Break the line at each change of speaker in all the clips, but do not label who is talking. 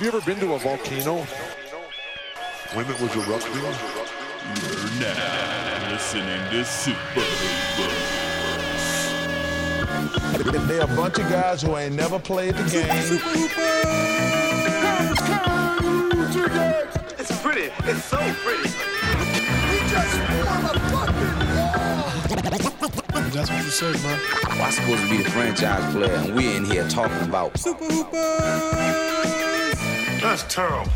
you ever been to a volcano? When it was erupting?
You're now listening to Super Hoopers.
They a bunch of guys who ain't never played the game.
It's pretty. It's so pretty.
I'm supposed to be the franchise player, and we're in here talking about
That's terrible.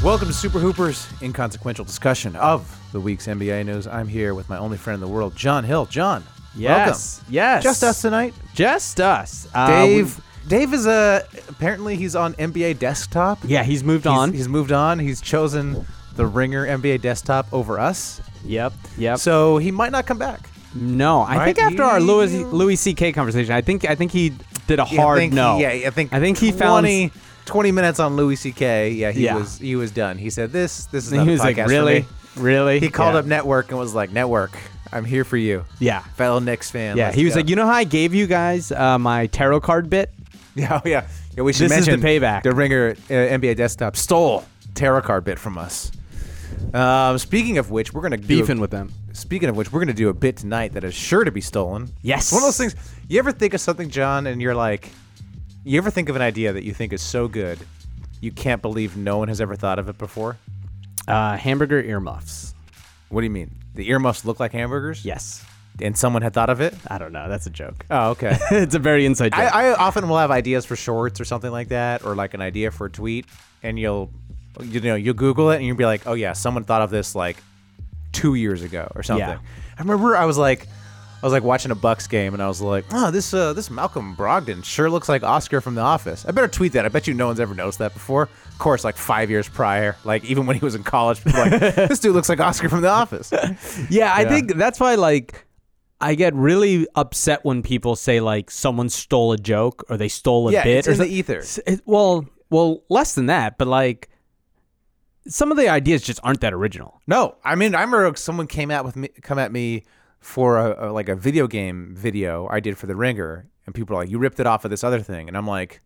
Welcome to Super Hoopers, inconsequential discussion of the week's NBA news. I'm here with my only friend in the world, John Hill. John,
Yes,
welcome.
yes.
Just us tonight.
Just us. Uh,
Dave.
we-
Dave is a apparently he's on NBA Desktop.
yeah, he's moved
He's-
on.
He's, moved on. He's chosen the Ringer NBA Desktop over us.
yep, yep. So
So he might not come back.
no, I
Right,
think after our
you-
Louis Louis C.K. conversation, I think I think he did a
Yeah, I
hard
think
no.
he- yeah, I think
I think he
20,
found.
20 minutes on Louis C.K. Yeah, he
Yeah.
was he was done. He said this this is not
he
a
was like,
podcast for
really,
me."
really.
He called
yeah.
up Network and was like, Network, I'm here for you.
Yeah.
Fellow Knicks fan.
Yeah,
let's
he was
go."
like, you know how I gave you guys uh, my tarot card bit?
Yeah, oh, yeah. yeah we should
This is the
mention
payback.
The Ringer uh, NBA Desktop stole tarot card bit from us. Um, speaking of which, we're gonna do
Beefing
a,
with them.
Speaking of which, we're gonna do a bit tonight that is sure to be stolen.
Yes.
It's one of those things. You ever think of something, John, and you're like, you ever think of an idea that you think is so good, you can't believe no one has ever thought of it before?
Uh, hamburger earmuffs.
What do you mean? The earmuffs look like hamburgers?
Yes.
And someone had thought of it?
I don't know. That's a joke.
Oh, okay.
it's a very inside joke.
I, I often will have ideas for shorts or something like that, or like an idea for a tweet, and you'll, you know, you'll Google it and you'll be like, oh yeah, someone thought of this like two years ago or something.
Yeah.
I remember I was like, I was like watching a Bucks game and I was like, oh this uh, this Malcolm Brogdon sure looks like Oscar from The Office. I better tweet that. I bet you no one's ever noticed that before. Of course, like five years prior, like even when he was in college, people were like this dude looks like Oscar from The Office.
Yeah, I think that's why like I get really upset when people say like someone stole a joke or they stole a
Yeah,
bit
it's
or
in the
so-
ether.
S- it- well, well, less than that, but like some of the ideas just aren't that original.
No, I mean I remember someone came out with me, come at me for a, a like a video game video I did for The Ringer, and people are like, "You ripped it off of this other thing," and I'm like,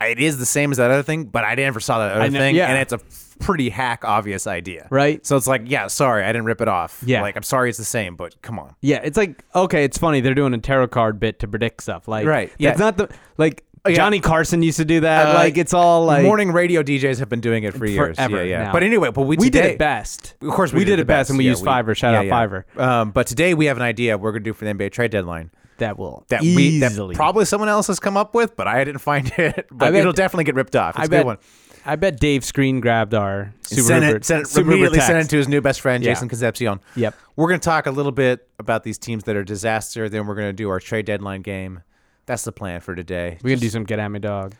"It is the same as that other thing, but I never saw that
I
other
know-
thing,
yeah.
and it's a pretty hack obvious idea,
Right.
So it's like, yeah, sorry, I didn't rip it off.
Yeah.
like I'm sorry, it's the same, but come on,
Yeah, it's like okay, it's funny they're doing a tarot card bit to predict stuff. Like Oh,
Right,
that's
yeah.
not the like
yeah.
Johnny Carson used to do that.
Uh,
like it's all like
morning radio DJs have been doing it for years,
forever
yeah, yeah.
now.
But anyway, but we
we did
today-
it best.
Of course, we,
did, it best, and we
Yeah,
used Fiverr. Shout
yeah,
out
yeah.
Fiverr.
Um, but today we have an idea we're gonna do for the NBA trade deadline.
That will
that we
easily
that probably someone else has come up with, but I didn't find it. But
I bet-
it'll definitely get ripped off. It's
I
a good
bet.
one.
I bet Dave Screen grabbed our Super
send
Hooper-
it, send it
Super
immediately
Hooper
send it
text.
to his new best friend,
Yeah.
Jason Concepcion.
Yep.
We're gonna talk a little bit about these teams that are disaster. Then we're gonna do our trade deadline game. That's the plan for today.
We're gonna do some get at me dogs.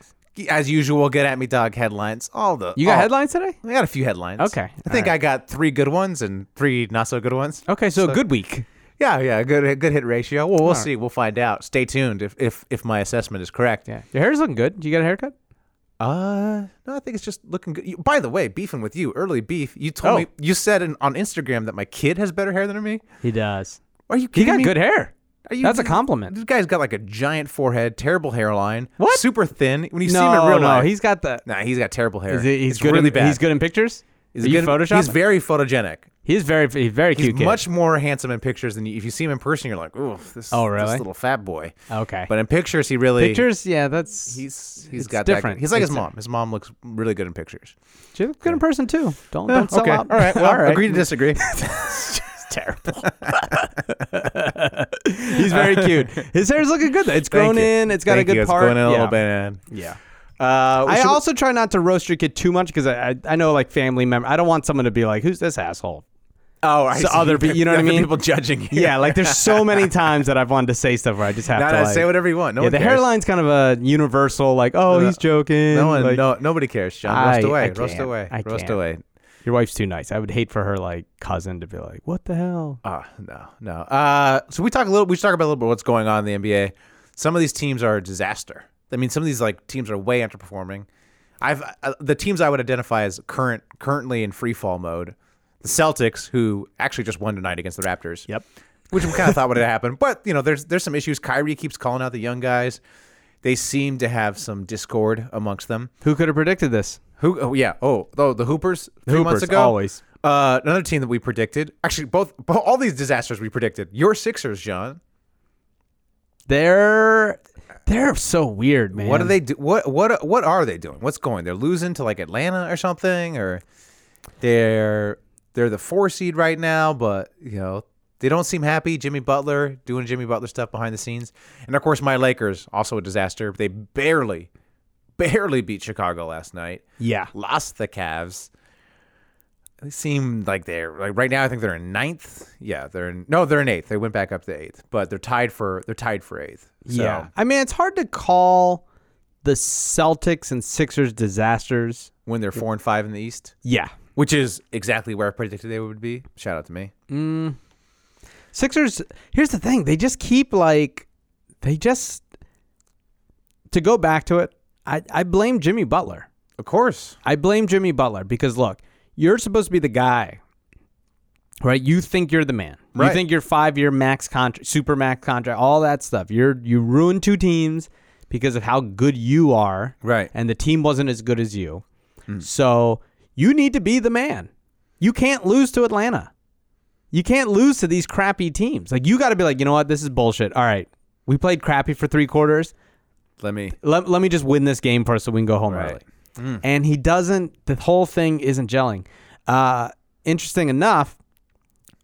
As usual, get at me, dog. Headlines. All the
You got
all-
headlines today?
I got a few headlines.
Okay,
I think
all Oh. right.
I got three good ones and three not so good ones.
Okay, so, good week.
Yeah, yeah. Good, good hit ratio. Well, we'll see. We'll find out. Stay tuned if if if my assessment is correct.
Yeah, your hair's looking good. You got a haircut?
Uh, no, I think it's just looking good. You, by the way, beefing with you, early beef. You told
Oh.
me you said in, on Instagram that my kid has better hair than me.
He does.
Are you
He
kidding
got
me?
good hair.
Are you-
That's a
This
compliment.
guy's got like a giant forehead, terrible hairline.
What?
Super thin. When you see him
no,
in real
no,
life,
he's got the.
nah, he's got terrible hair.
Is he, he's
It's
good.
really
in,
bad.
He's good in pictures.
He's
Are you
good-
Photoshop?
He's very photogenic.
He's very. He's very cute.
He's
kid.
much more handsome in pictures than you, if you see him in person. You're like, ooh, this,
Oh,
this
really?
little fat boy.
Okay.
But in pictures, he really
pictures. Yeah, that's.
He's
it's
he's got
different.
That, he's like
It's
his
di-
mom. His mom looks really good in pictures.
She's a good in person too. Don't don't sell
okay.
out.
All right. Well,
All right.
agree to disagree.
terrible. He's very cute. His hair's looking good though. It's grown
Thank you.
in. It's got
Thank
a
you.
good
It's
part.
grown in a
yeah.
little bit.
Yeah.
Uh,
I
should we-
also try not to roast your kid too much because I, I I know like family member. I don't want someone to be like, "Who's this asshole?"
oh, I
so
see.
other pe- you know what I
Other
mean?
People judging you.
Yeah, like there's so many times that I've wanted to say stuff where I just have
Nah,
to
nah,
like,
say whatever you want. No
yeah,
one
the
cares.
hairline's kind of a universal like, "Oh, he's joking."
No one.
like,
no, nobody cares. John, roast
I-
away.
I
roast
can't.
away.
I
roast
can't.
away.
Your wife's too nice. I would hate for her like cousin to be like, "What the hell?"
Ah, no, no. Uh, so we talk a little. We should talk about a little bit what's going on in the NBA. Some of these teams are a disaster. I mean, some of these like teams are way underperforming. I've uh, the teams I would identify as current, currently in free fall mode. The Celtics, who actually just won tonight against the Raptors.
Yep.
which we kind of thought would happen. But you know, there's there's some issues. Kyrie keeps calling out the young guys. They seem to have some discord amongst them.
Who could have predicted this?
Who? Oh, yeah. Oh, oh, the Hoopers. Three months
Hoopers,
ago,
always.
Uh, another team that we predicted. Actually, both, both all these disasters we predicted. Your Sixers, John.
They're they're so weird, man.
What do they do? What what what are they doing? What's going? They're losing to like Atlanta or something, or they're they're the four seed right now, but you know they don't seem happy. Jimmy Butler doing Jimmy Butler stuff behind the scenes, and of course my Lakers also a disaster. They barely barely beat Chicago last night.
Yeah.
lost the Cavs. They seem like they're like right now. I think they're in ninth. Yeah, they're in, no, they're in eighth. They went back up to eighth, but they're tied for they're tied for eighth. So.
Yeah. I mean, it's hard to call the Celtics and Sixers disasters.
when they're four and five in the East,
Yeah.
which is exactly where I predicted they would be. Shout out to me.
Sixers, here's the thing. They just keep like they just to go back to it, I, I blame Jimmy Butler.
Of course.
I blame Jimmy Butler because look, you're supposed to be the guy. Right? You think you're the man.
Right.
You think your five year max contract super max contract, all that stuff. You're you ruined two teams because of how good you are.
Right. Hmm.
And the team wasn't as good as you. So you need to be the man. You can't lose to Atlanta. You can't lose to these crappy teams. Like you gotta be like, you know what, this is bullshit. All right. We played crappy for three quarters
Let me.
let, let me just win this game first so we can go home
Right. Mm.
early. And he doesn't, the whole thing isn't gelling. Uh, interesting enough,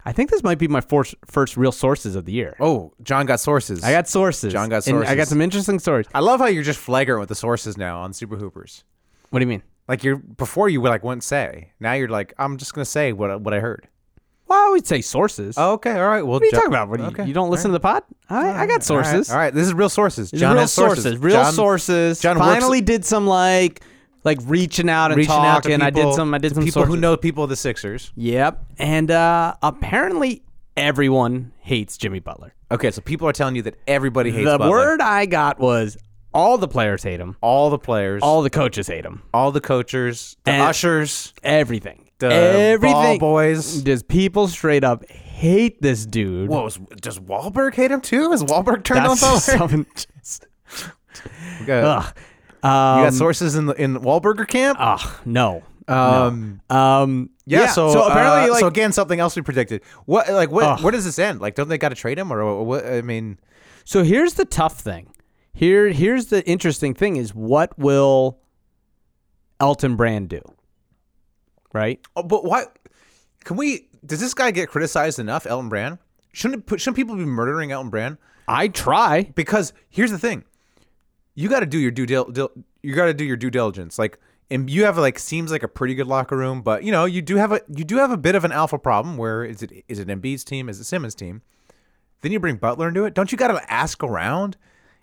I think this might be my first, first real sources of the year.
Oh, John got sources.
I got sources.
John got
And I got
sources. Uh,
some interesting stories.
I love how you're just flagrant with the sources now on Super Hoopers.
What do you mean?
Like you're before you like wouldn't say. Now you're like I'm just gonna say what I- what I heard.
Well, I always say sources.
Oh, okay, all right. Well,
what are you talking about? What, do you, you don't listen to the pod? I, I got sources.
All right, this is real sources.
These are
John
real
has sources.
sources. Real
John-
sources.
John works-
finally did some like, like reaching out and
reaching
talking.
out to people,
I did some. I did
to
some
people who
sources.
know people of the Sixers.
Yep. And uh, apparently everyone hates Jimmy Butler.
Okay, so people are telling you that everybody hates
the
Butler.
word I got was all the players hate him.
all the players, all,
All the coaches hate him.
the coaches, the
And-
ushers.
Everything.
The ball
Everything.
boys.
Just people straight up hate this dude.
Whoa, is, does Wahlberg hate him too? Is Wahlberg turned
That's
on Wahlberg?
something.
Okay.
Ugh.
you
Um,
got sources in the, in Wahlberger camp?
ugh, no.
um,
Um,
Uh, yeah, So,
apparently,
uh,
like,
so again, something else we predicted. What like what
Ugh.
where does this end? Like, don't they got to trade him or what? I mean,
So here's the tough thing. Here, here's the interesting thing: is what will Elton Brand do? Right?
oh, but why? Can we? Does this guy get criticized enough? Elton Brand shouldn't it- shouldn't people be murdering Elton Brand?
I try.
because here's the thing you got to do your due dil- dil- you got to do your due diligence like and you have like seems like a pretty good locker room but you know you do have a you do have a bit of an alpha problem where is it is it Embiid's team is it Simmons team then you bring Butler into it don't you got to ask around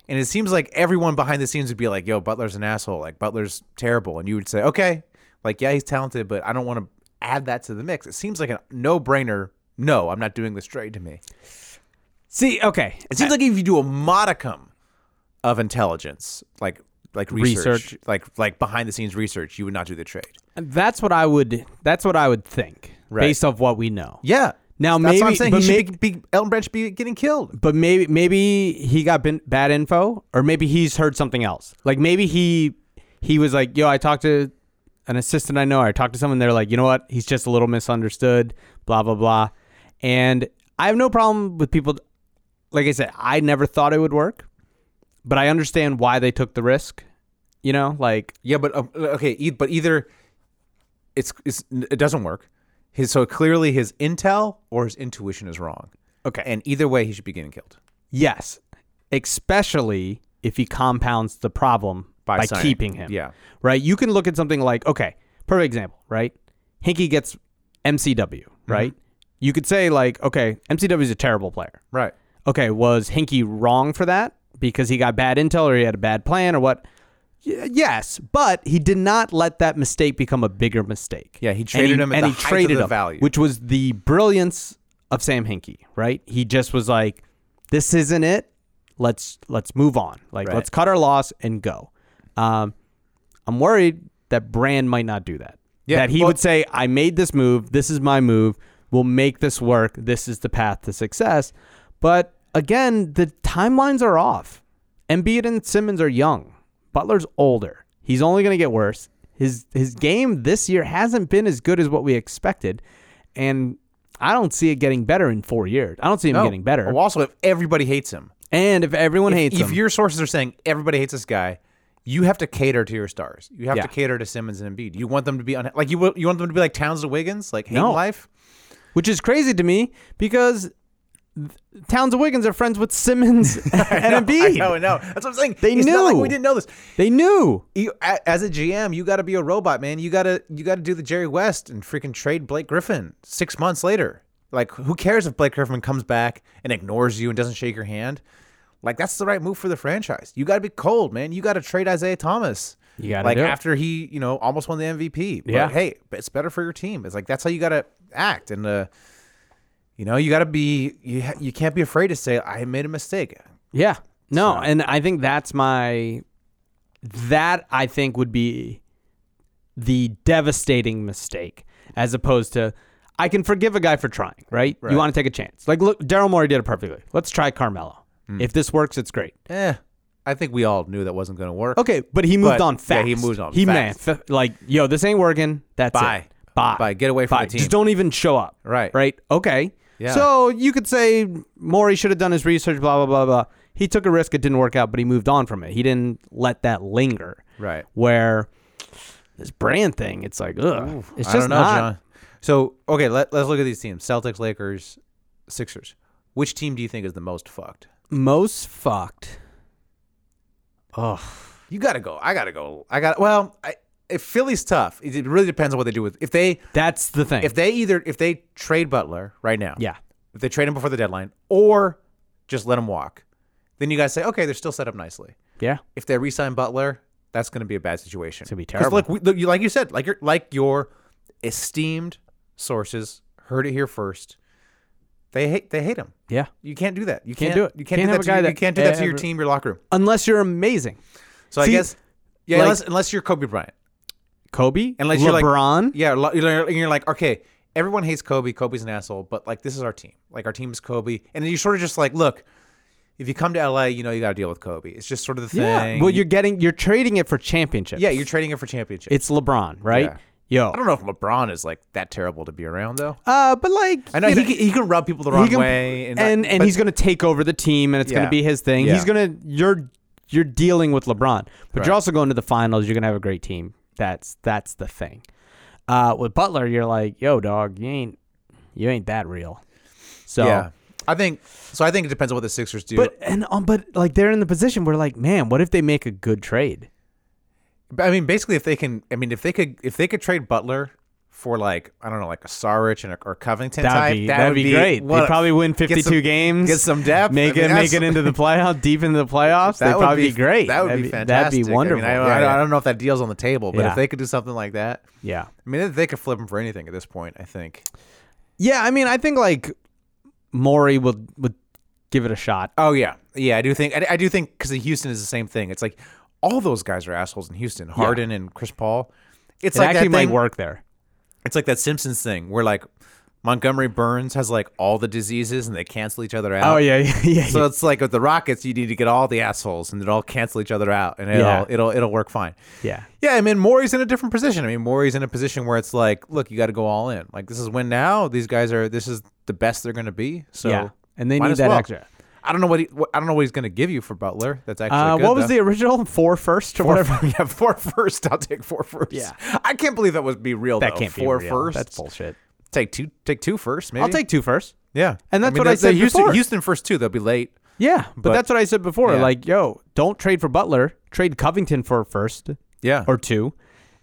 and it seems like everyone behind the scenes would be like yo Butler's an asshole like Butler's terrible and you would say okay like yeah he's talented but I don't want to add that to the mix it seems like a no-brainer no I'm not doing this trade to me
See, okay.
it seems like if you do a modicum of intelligence, like like research,
Research.
like like behind the scenes research, you would not do the trade.
That's what I would. That's what I would think,
Right.
based off what we know.
Yeah.
Now,
that's what I'm
maybe-
saying.
but
he
may-
should be, be Elton Branch be getting killed.
But maybe maybe he got bin- bad info, or maybe he's heard something else. Like maybe he he was like, "Yo, I talked to an assistant I know. Or I talked to someone. They're like, you know what? He's just a little misunderstood. Blah blah blah." And I have no problem with people. Like I said, I never thought it would work, but I understand why they took the risk. You know, like
Yeah, but um, okay, e- but either it's, it's it doesn't work. His, so clearly his intel or his intuition is wrong.
okay,
And either way, he should be getting killed.
Yes, especially if he compounds the problem
By
by,
signing.
keeping him.
Yeah.
Right? You can look at something like, okay, perfect example, right? Hinkie gets MCW,
Mm-hmm.
right? You could say, like, okay, MCW is a terrible player.
Right.
Okay, was Hinkie wrong for that because he got bad intel or he had a bad plan or what? Y- Yes, but he did not let that mistake become a bigger mistake.
Yeah, he
And
traded him at
and
the
he
height of
traded
the
him,
value.
which was the brilliance of Sam Hinkie. Right, he just was like, "This isn't it. Let's let's move on. Like,
Right.
let's cut our loss and go." Um, I'm worried that Brand might not do that.
Yeah,
that he
well-
would say, "I made this move. This is my move. We'll make this work. This is the path to success. But again, the timelines are off. Embiid and Simmons are young. Butler's older. He's only going to get worse. His his game this year hasn't been as good as what we expected, and I don't see it getting better in four years. I don't see him
No.
getting better.
Also, if everybody hates him,
And if everyone hates
if
him,
your sources are saying everybody hates this guy, you have to cater to your stars. You have
Yeah.
to cater to Simmons and Embiid. You want them to be on, like you wa- you want them to be like Towns to Wiggins, like hate
No.
life.
which is crazy to me because Towns and Wiggins are friends with Simmons and
I
Embiid.
know, I know. That's what I'm saying.
They
it's Not like
knew.
we didn't know this.
They knew.
You, E, a- as a GM, you got to be a robot, man. You gotta you gotta do the Jerry West and freaking trade Blake Griffin six months later. Like, who cares if Blake Griffin comes back and ignores you and doesn't shake your hand? Like, that's the right move for the franchise. You got to be cold, man. You got to trade Isaiah Thomas.
You gotta
like
do it.
after he, you know, almost won the MVP. But
Yeah.
Hey, it's better for your team. It's like that's how you gotta act and. uh you know, you got to be you. Ha- you can't be afraid to say I made a mistake.
Yeah. No, and I think that's my that I think would be the devastating mistake as opposed to I can forgive a guy for trying, right? You want to take a chance. Like look, Daryl Morey did it perfectly. Let's try Carmelo.
Mm.
If this works, it's great.
Eh, I think we all knew that wasn't going to work.
Okay, but he moved
But,
on
yeah,
fast.
he moved on
He
fast.
man, f- like yo, this ain't working. That's
Bye.
it. Bye.
Bye. Get away from
Bye.
the team.
Just don't even show up.
Right.
Right. Okay.
Yeah.
So you could say Maury should have done his research. Blah blah blah blah. He took a risk. It didn't work out, but he moved on from it. He didn't let that linger.
Right.
Where this brand thing, it's like ugh. it's just
I don't know,
not.
John. So okay, let, let's look at these teams: Celtics, Lakers, Sixers. Which team do you think is the most fucked?
Most fucked.
You gotta go. I gotta go. I got. Well, I, if Philly's tough, it, it really depends on what they do with. If they
That's the thing.
if they either if they trade Butler right now,
yeah.
if they trade him before the deadline, or just let him walk, then you guys say, okay, they're still set up nicely.
Yeah.
if they re-sign Butler, that's going to be a bad situation. It's
gonna be terrible.
Look, we, look, you- like you said, like your like your esteemed sources heard it here first. They hate they hate him.
Yeah.
You can't do that. You can't,
Can't do it.
You can't,
Can't
do that.
have a
To
guy
your,
that
you can't do that to your
ever-
team, your locker room.
Unless you're amazing,
So
See,
I guess yeah,
like-
unless unless you're Kobe Bryant,
Kobe.
unless
LeBron.
you're like yeah, lo- you're, you're like okay, everyone hates Kobe. Kobe's an asshole, but like this is our team. Like our team is Kobe, and then you sort of just like look. If you come to LA, you know you got to deal with Kobe. It's just sort of the thing.
Yeah. Well, you're getting you're trading it for championships.
yeah, you're trading it for championships.
It's LeBron, right? Yo.
I don't know if LeBron is like that terrible to be around though.
Uh, but like
I know
you
he, can, he can rub people the wrong way,
and
not-
and,
but-
he's gonna take over the team, and it's gonna
Yeah.
be his thing. He's
Yeah.
gonna you're you're dealing with LeBron, but
Right.
you're also going to the finals. You're gonna have a great team. That's that's the thing. Uh, with Butler, you're like, yo, dog, you ain't you ain't that real. So,
yeah. I think so. I think it depends on what the Sixers do.
but and um, but like they're in the position where like, man, what if they make a good trade?
But, I mean, basically, if they can, I mean, if they could, if they could trade Butler for like I don't know, like a Saric and a, or Covington
That'd
type,
be
that
that'd
would
be, great.
what
They'd
a-
probably win
get some-
52 games,
get some depth,
make
I
it
mean,
make
that's-
it into the playoff, deep into the playoffs.
That
That'd
would
probably be great.
That would
That'd
be fantastic.
That'd be wonderful.
I, mean, I,
yeah,
I,
yeah.
I don't know if that deal's on the table, but
Yeah.
if they could do something like that,
yeah.
I mean, they could flip him for anything at this point. I think.
Yeah, I mean, I think like Maury would would give it a shot.
Oh yeah, yeah. I do think I, I do think because Houston is the same thing. It's like all those guys are assholes in Houston. Harden and Chris Paul. It's
It
like
actually
that
might
thing,
work there.
It's like that Simpsons thing where like Montgomery Burns has like all the diseases and they cancel each other out.
Oh yeah, yeah, yeah.
So it's like with the Rockets, you need to get all the assholes and they all cancel each other out, and it'll
Yeah.
it'll it'll work fine.
yeah.
Yeah, I mean, Maury's in a different position. I mean, Maury's in a position where it's like, look, you got to go all in. Like this is win now. These guys are this is the best they're going to be. So
Yeah, and they
might
need
as
that
well.
extra.
I don't know what, he, what I don't know what he's going to give you for Butler. That's actually
Uh,
good,
what was
though.
the original four first or
Four,
whatever?
yeah, four first. I'll take four first.
Yeah.
I can't believe that would be real.
That
though.
can't
oh, four
be real.
firsts.
That's bullshit.
Take two. Take two first. Maybe
I'll take two first.
Yeah,
And that's
mean,
what I
that's-
said
Houston,
before.
Houston first too. They'll be late.
Yeah, but,
But-
that's what I said before.
Yeah.
Like, yo, don't trade for Butler. Trade Covington for a first
Yeah.
or two.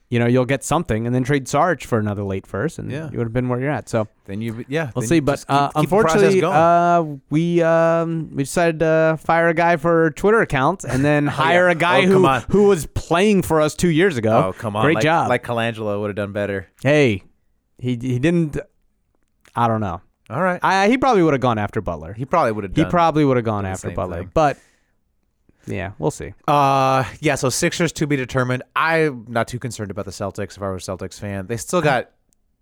You know, you'll get something, and then trade Sarge for another late first, and
Yeah.
you would have been where you're at. So
then you. Yeah.
We'll
then
see,
you
but
just
uh,
keep- keep the process
unfortunately,
going.
uh, we um, we decided to fire a guy for our Twitter account and then hire a guy
Oh, come
who
on.
who was playing for us two years ago.
oh come on!
great
like,
job!
Like Colangelo would have done better.
hey, he he didn't. I don't know.
All right.
I he probably would have gone after Butler.
he
He,
probably would have. done
probably would have gone after
same
Butler,
thing.
but yeah, we'll see.
Uh, yeah. So Sixers to be determined. I'm not too concerned about the Celtics. If I were a Celtics fan, they still got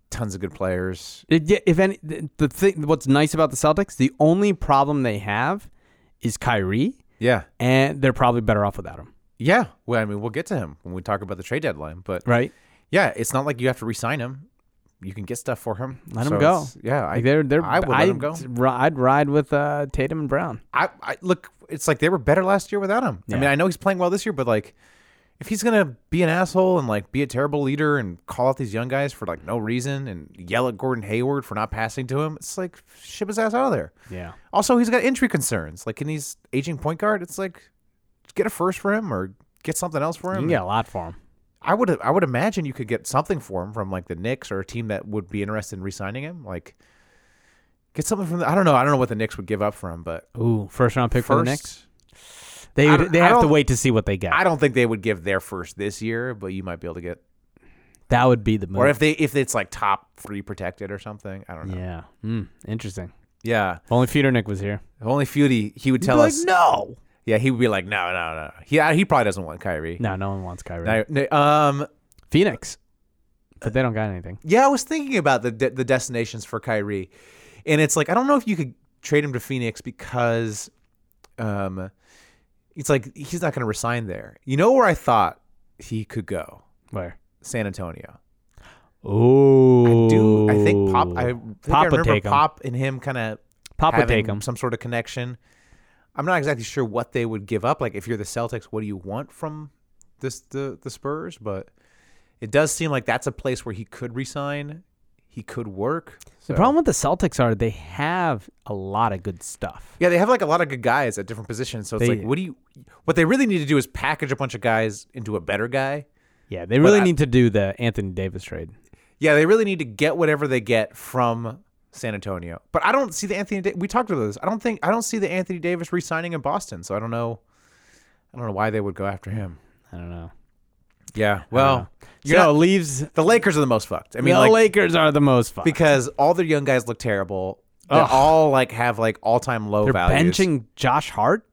tons of good players.
It, yeah, if any, the the thing, what's nice about the Celtics, the only problem they have is Kyrie,
Yeah,
and they're probably better off without him,
yeah. Well, I mean, we'll get to him when we talk about the trade deadline. But
right?
yeah, it's not like you have to re-sign him. You can get stuff for him.
Let
So
him go.
it's- Yeah,
Like they're they're.
I would let him go.
I'd, ri- I'd ride with uh, Tatum and Brown.
I, I look. It's like they were better last year without him. I
Yeah.
mean, I know he's playing well this year, but like, if he's gonna be an asshole and like be a terrible leader and call out these young guys for like no reason and yell at Gordon Hayward for not passing to him, it's like ship his ass out of there.
Yeah.
Also, he's got injury concerns. Like, and he's aging point guard. It's like get a first for him or get something else for
You
him.
can get a lot for him.
I would I would imagine you could get something for him from like the Knicks or a team that would be interested in re-signing him. Like, get something from the, I don't know. I don't know what the Knicks would give up for him, but
Ooh, first round pick for the
first-
Knicks. They
I don't-
they
I
have to
don't-
wait to see what they get.
I don't think they would give their first this year, but you might be able to get
that would be the move.
or if they if it's like top three protected or something. I don't know.
yeah. Mm, interesting.
Yeah.
If only Feudernick was here.
If only Feudy he would tell us
no.
Yeah, he would be like, No, no, no. He I- he probably doesn't want Kyrie.
No, no one wants Kyrie.
No, no, um
Phoenix, but they don't got anything.
yeah, I was thinking about the de- the destinations for Kyrie. And it's like I don't know if you could trade him to Phoenix because um it's like he's not gonna resign there. You know where I thought he could go?
Where?
San Antonio.
Oh,
Do I think Pop? I think I
Pop would
remember
take 'em.
Pop and him kind of
Pop would
having
take him.
some sort of connection. I'm not exactly sure what they would give up. Like if you're the Celtics, what do you want from this the the Spurs? But it does seem like that's a place where he could resign. He could work. So-
The problem with the Celtics are they have a lot of good stuff.
yeah, they have like a lot of good guys at different positions. So it's
They-
like, what do you? What they really need to do is package a bunch of guys into a better guy.
Yeah, they really
I-
need to do the Anthony Davis trade.
Yeah, they really need to get whatever they get from San Antonio. But I don't see the Anthony. Da- we talked about this. I don't think I don't see the Anthony Davis re-signing in Boston. So I don't know. I don't know why they would go after him.
I don't know.
Yeah. Well,
You
you
know,
know,
leaves.
the Lakers are the most fucked. I mean,
the
like
Lakers are the most fun
because all their young guys look terrible. They
Ugh.
all like have like all-time low
they're
values.
benching Josh Hart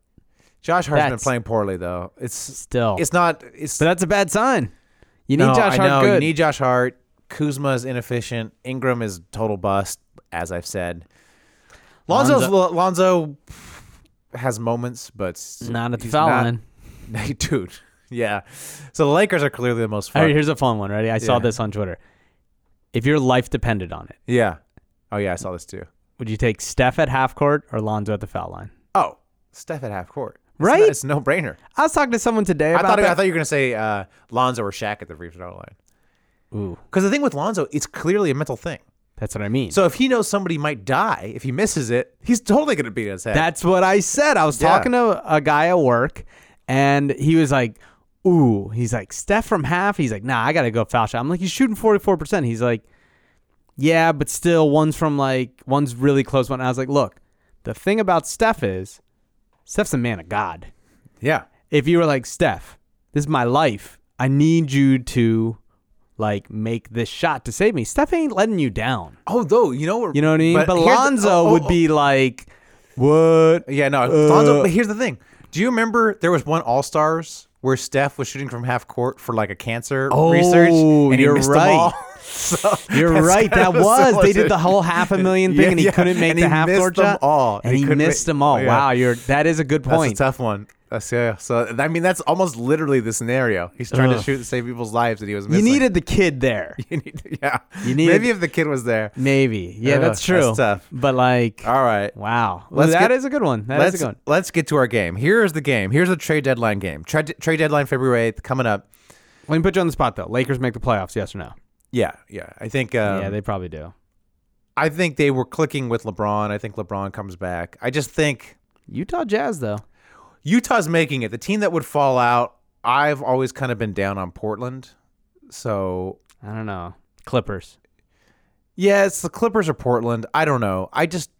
Josh Hart's been
That's-
playing poorly though. It's
still.
it's not. It's
but that's a bad sign. You need
no,
Josh
I
Hart
know,
good.
You need Josh Hart. Kuzma is inefficient. Ingram is total bust, as I've said. Lonzo's Lonzo, has moments, but s-
Not at the
he's
foul
not-
line.
dude. Yeah. So the Lakers are clearly the most
All
fun.
right, here's a fun one. Ready? I saw
Yeah.
this on Twitter. If your life depended on it,
yeah. Oh yeah, I saw this too.
would you take Steph at half court or Lonzo at the foul line?
Oh, Steph at half court. It's
Right?
not- It's no brainer.
I was talking to someone today
I
about
thought
that.
I thought you were gonna say uh, Lonzo or Shaq at the free throw line.
Ooh,
Because the thing with Lonzo, it's clearly a mental thing.
that's what I mean.
So if he knows somebody might die if he misses it, he's totally gonna beat his head.
That's what I said. I was
Yeah.
talking to a guy at work, and he was like, "Ooh," he's like, "Steph from half." He's like, "Nah, I gotta go foul shot." I'm like, "He's shooting 44 percent." He's like, "Yeah, but still, one's from like one's really close one." And I was like, "Look, the thing about Steph is, Steph's a man of God.
yeah.
If you were like Steph, this is my life. I need you to." Like make this shot to save me. Steph ain't letting you down.
Oh, though you know what
You know what I mean? But,
here's the-
Lonzo
oh, oh,
would
oh.
be like, "What?
yeah no Lonzo. But here's the thing: Do you remember there was one All Stars where Steph was shooting from half court for like a cancer research?
Oh,
and he
you're
missed them
right.
all? So
You're
that's
right.
kind
That
of a
was. They
similar-
did the whole half a million thing,
Yeah,
and he
yeah.
couldn't make
And
the
he
half
missed
court
them
shot.
all.
and he,
couldn't make-
missed them all.
Yeah.
Wow, you're that is a good
That's
point.
a tough one. That's yeah. So I mean, that's almost literally the scenario. He's trying to
Ugh.
shoot to save people's lives that he was
you
missing.
needed the kid there,
You need- yeah.
You needed-
Maybe if the kid was there.
maybe. Yeah,
Ugh,
that's true.
that's tough.
But like,
All right.
wow, well,
Let's
that
get-
is a good one. That is
let's
a good one.
let's get to our game. Here is the game. Here's the trade deadline game. Trade, trade deadline February eighth coming up.
Let me put you on the spot though. Lakers make the playoffs? Yes or no?
Yeah, yeah. I think um,
yeah, they probably do.
I think they were clicking with LeBron. I think LeBron comes back. I just think
Utah Jazz though.
Utah's making it. The team that would fall out. I've always kind of been down on Portland. So
I don't know. Clippers.
yeah, it's the Clippers or Portland. I don't know. I just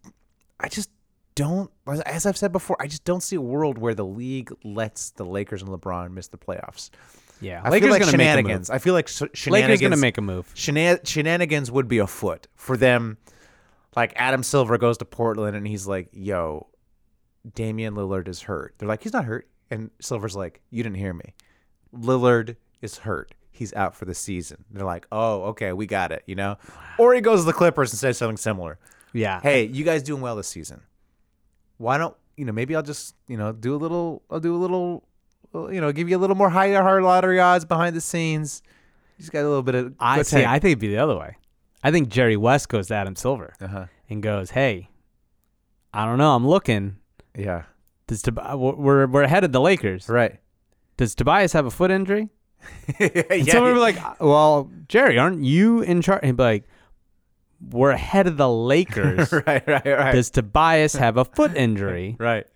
I just don't as I've said before, I just don't see a world where the league lets the Lakers and LeBron miss the playoffs.
Yeah,
I
Lakers
feel like
gonna make a move.
shenanigans. I feel like s- shenanigans.
Lakers gonna make a move.
shena- shenanigans would be afoot for them. Like Adam Silver goes to Portland and he's like, "Yo, Damian Lillard is hurt." They're like, "He's not hurt," and Silver's like, "You didn't hear me. Lillard is hurt. he's out for the season. They're like, oh, okay, we got it, you know? Or he goes to the Clippers and says something similar.
Yeah.
Hey, you guys doing well this season. Why don't, you know, maybe I'll just, you know, do a little, I'll do a little, uh, you know, give you a little more high hard lottery odds behind the scenes. You just got a little bit of.
I
let's
see.
hang.
I think it'd be the other way. I think Jerry West goes to Adam Silver
Uh-huh.
and goes, "Hey, I don't know. I'm looking.
Yeah.
Does Tob- we're- we're we're ahead of the Lakers.
Right.
Does Tobias have a foot injury?" And
yeah.
someone would be like, "Well, Jerry, aren't you in charge?" He'd be like, "We're ahead of the Lakers.
right, right, right.
Does Tobias have a foot injury?
right.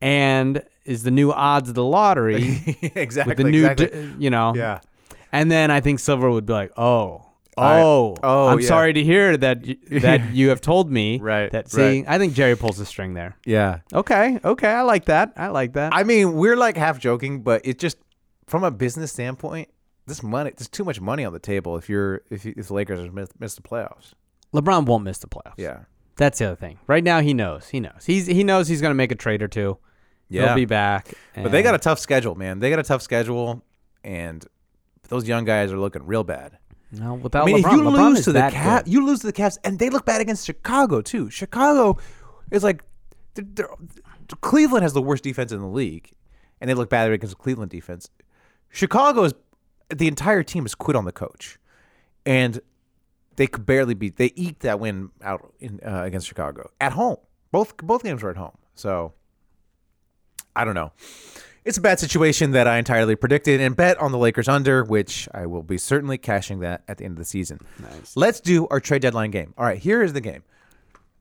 And is the new odds of the lottery
exactly.
with the new,
exactly.
d- you know?"
yeah.
And then I think Silver would be like, "Oh,
I-
oh,
oh,
I'm
yeah.
sorry to hear that y- that you have told me
Right,
that." See,
right.
I think Jerry pulls the string there.
Yeah.
Okay, okay, I like that. I like that.
I mean, we're like half joking, but it just from a business standpoint, this money, there's too much money on the table if you're if, you, if the Lakers miss, miss the playoffs.
LeBron won't miss the playoffs. that's the other thing. Right now, he knows. He knows. He's he knows he's gonna make a trade or two.
Yeah.
he'll be back.
but they got a
and-
tough schedule, man. They got a tough schedule, and those young guys are looking real bad.
no without
I mean,
LeBron.
if you
LeBron
lose
is
to the
that
Cavs,
good.
you lose to the Cavs, and they look bad against Chicago too. Chicago is like, they're, they're- Cleveland has the worst defense in the league, and they look bad against the Cleveland defense. Chicago is the entire team is quit on the coach, and they could barely beat. They eked that win out in, uh, against Chicago at home. Both both games were at home, so I don't know. It's a bad situation that I entirely predicted and bet on the Lakers under, which I will be certainly cashing that at the end of the season. Let's do our trade deadline game. All right, here is the game.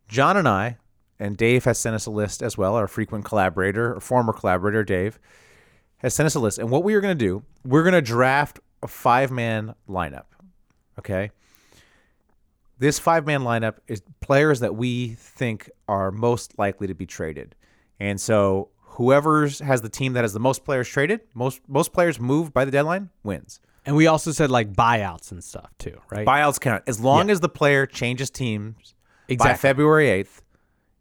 John and I, and Dave has sent us a list as well, our frequent collaborator, or former collaborator, Dave, has sent us a list. And what we are going to do, we're going to draft a five man lineup. Okay. This five man lineup is players that we think are most likely to be traded. And so whoever's has the team that has the most players traded, most most players moved by the deadline wins.
and we also said like buyouts and stuff too, right?
Buyouts count. As long as the player changes teams by
Exactly.
February 8th,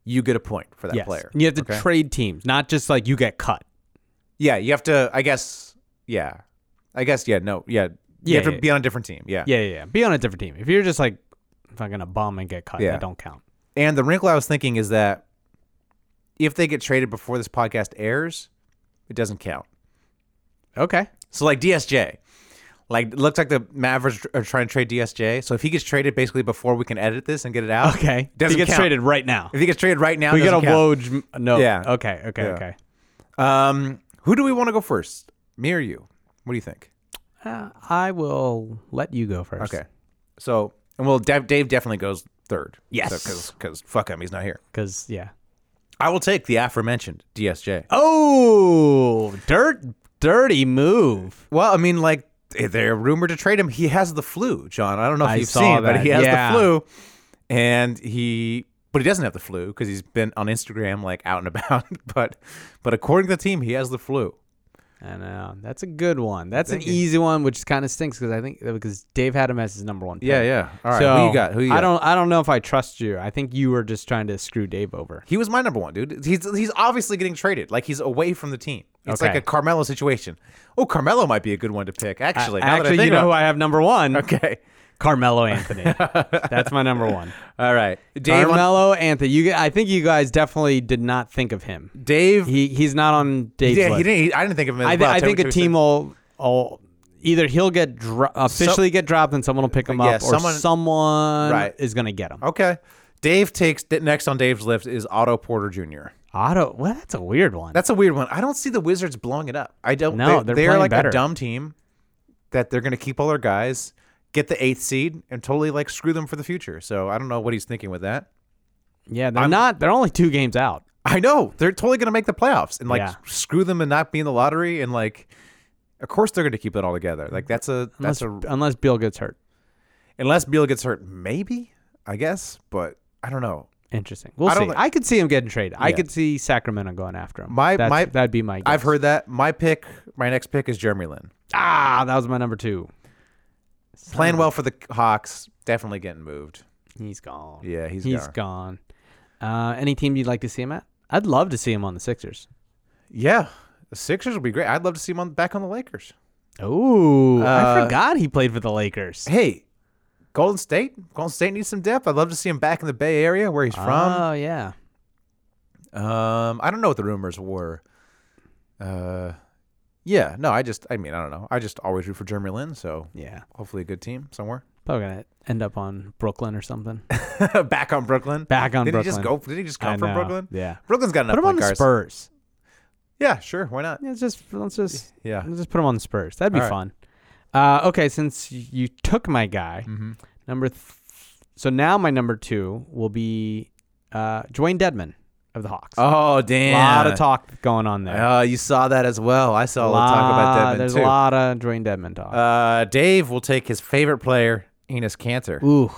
you get a point for that
yes.
player.
And you have to
Okay?
trade teams, not just like you get cut.
Yeah, you have to I guess yeah. I guess yeah, no. Yeah. You
Yeah,
have to
yeah,
be on a different team. Yeah.
Yeah, yeah, yeah. Be on a different team. If you're just like fucking a bum and get cut,
Yeah.
that don't count.
And the wrinkle I was thinking is that if they get traded before this podcast airs, it doesn't count.
Okay.
So like DSJ, like it looks like the Mavericks are trying to trade DSJ. So if he gets traded basically before we can edit this and get it out,
Okay.
doesn't
he gets
count.
traded right now.
If he gets traded right now,
We got
doesn't
a Woj. m- No.
Yeah.
Okay. Okay.
Yeah.
Okay.
count. Um, who do we want to go first? Me or you? What do you think?
Uh, I will let you go first.
Okay. So and well, Dave, Dave definitely goes third.
Yes.
because fuck him, he's not here.
Because yeah.
I will take the aforementioned DSJ.
Oh, dirt, dirty move.
Well, I mean, like eh, they're rumored to trade him. He has the flu, John. I don't know if
I
you've
saw
seen, it, but
that.
he has
Yeah.
the flu, and he, but he doesn't have the flu because he's been on Instagram like out and about. but, but according to the team, he has the flu.
I know that's a good one. That's
Thank
an
you.
easy one, which kind of stinks because I think because Dave had him as his number one. Pick.
Yeah, yeah. All right,
So
who you got? Who you got?
I don't. I don't know if I trust you. I think you were just trying to screw Dave over.
He was my number one dude. He's he's obviously getting traded. Like he's away from the team. It's like
Okay.
a Carmelo situation. Oh, Carmelo might be a good one to pick. Actually, now that I
actually,
think
you know who
about
I have number one?
it. okay.
Carmelo Anthony. that's my number one.
All right, Dave. on-
Carmelo Anthony. You, g- I think you guys definitely did not think of him.
Dave.
He he's not on Dave's
yeah,
list.
he didn't. He, I didn't think of him. As
I, th-
well,
I
too,
think a
too, so-
team will,
Oh.
will either he'll get dro- officially get dropped and someone will pick him
Yeah,
up, or
someone-
someone,
Right. Oh.
is gonna get him.
Okay. Dave takes next on Dave's list is Otto Porter Jr.
Otto, well, that's a weird one.
That's a weird one. I don't see the Wizards blowing it up. I don't.
No,
they,
they're
they're
playing
like
better.
a dumb team that they're going to keep all their guys, get the eighth seed, and totally like screw them for the future. So I don't know what he's thinking with that.
yeah, they're not. They're only two games out.
I know they're totally going to make the playoffs and like
Yeah.
screw them and not be in the lottery and like. Of course, they're going to keep it all together. Like that's a
Unless,
that's a
unless Bill gets hurt.
unless Beal gets hurt, maybe I guess, but I don't know.
Interesting. We'll
I don't
see.
like-
I could see him getting traded. I
Yeah.
could see Sacramento going after him.
My-
That's-
my-
that'd be my. Guess.
I've heard that. My pick, my next pick is Jeremy Lin.
Ah, that was my number two.
playing
Uh-huh.
well for the Hawks, definitely getting moved.
He's gone.
Yeah, he's
he's
gone.
gone. Uh, any team you'd like to see him at? I'd love to see him on the Sixers.
Yeah, the Sixers would be great. I'd love to see him on, back on the Lakers.
Oh, I
Uh,
forgot he played for the Lakers.
Hey, Golden State, Golden State needs some depth. I'd love to see him back in the Bay Area where he's from.
oh yeah.
um, I don't know what the rumors were. Uh, yeah, no, I just, I mean, I don't know. I just always root for Jeremy Lin, so
Yeah.
hopefully a good team somewhere.
Probably gonna end up on Brooklyn or something.
back on Brooklyn.
Back on
did
Brooklyn.
he just go? Did he just
I
come from
know,
Brooklyn?
Yeah.
Brooklyn's got enough
Put him on
point
the
guards.
Spurs.
Yeah, sure. Why not?
Yeah, let's just let's just
Yeah.
let's just put him on the Spurs. That'd be
All right.
fun. Uh, okay, since y- you took my guy,
Mm-hmm.
number th- so now my number two will be uh, Dwayne Dedman of the Hawks.
Oh damn!
a lot of talk going on there.
Oh, you saw that as Oh, well. I saw a lot of talk
Lot-
about Dedman
There's
too.
a lot of Dwayne Dedman talk.
Uh, Dave will take his favorite player, Enos Cantor.
Ooh,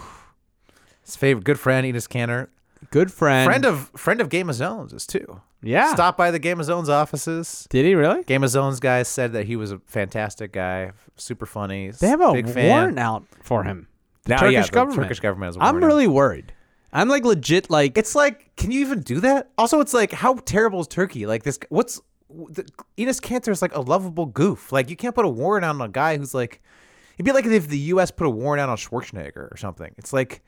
His favorite good friend, Enos Cantor.
good friend.
friend of friend of Game of Zones is too.
yeah.
Stop by the Game of Zones offices.
Did he really?
Game of Zones guys said that he was a fantastic guy, super funny.
They have a
big fan.
warrant out for him. The
Now,
Turkish
yeah, the
government.
Turkish government has a
I'm
warrant out.
really worried. I'm like legit like
It's like, can you even do that? Also, it's like, how terrible is Turkey? Like this, what's the, Enos Cantor is like a lovable goof. Like you can't put a warrant on a guy who's like, it'd be like if the U.S. put a warrant out on Schwarzenegger or something. It's like,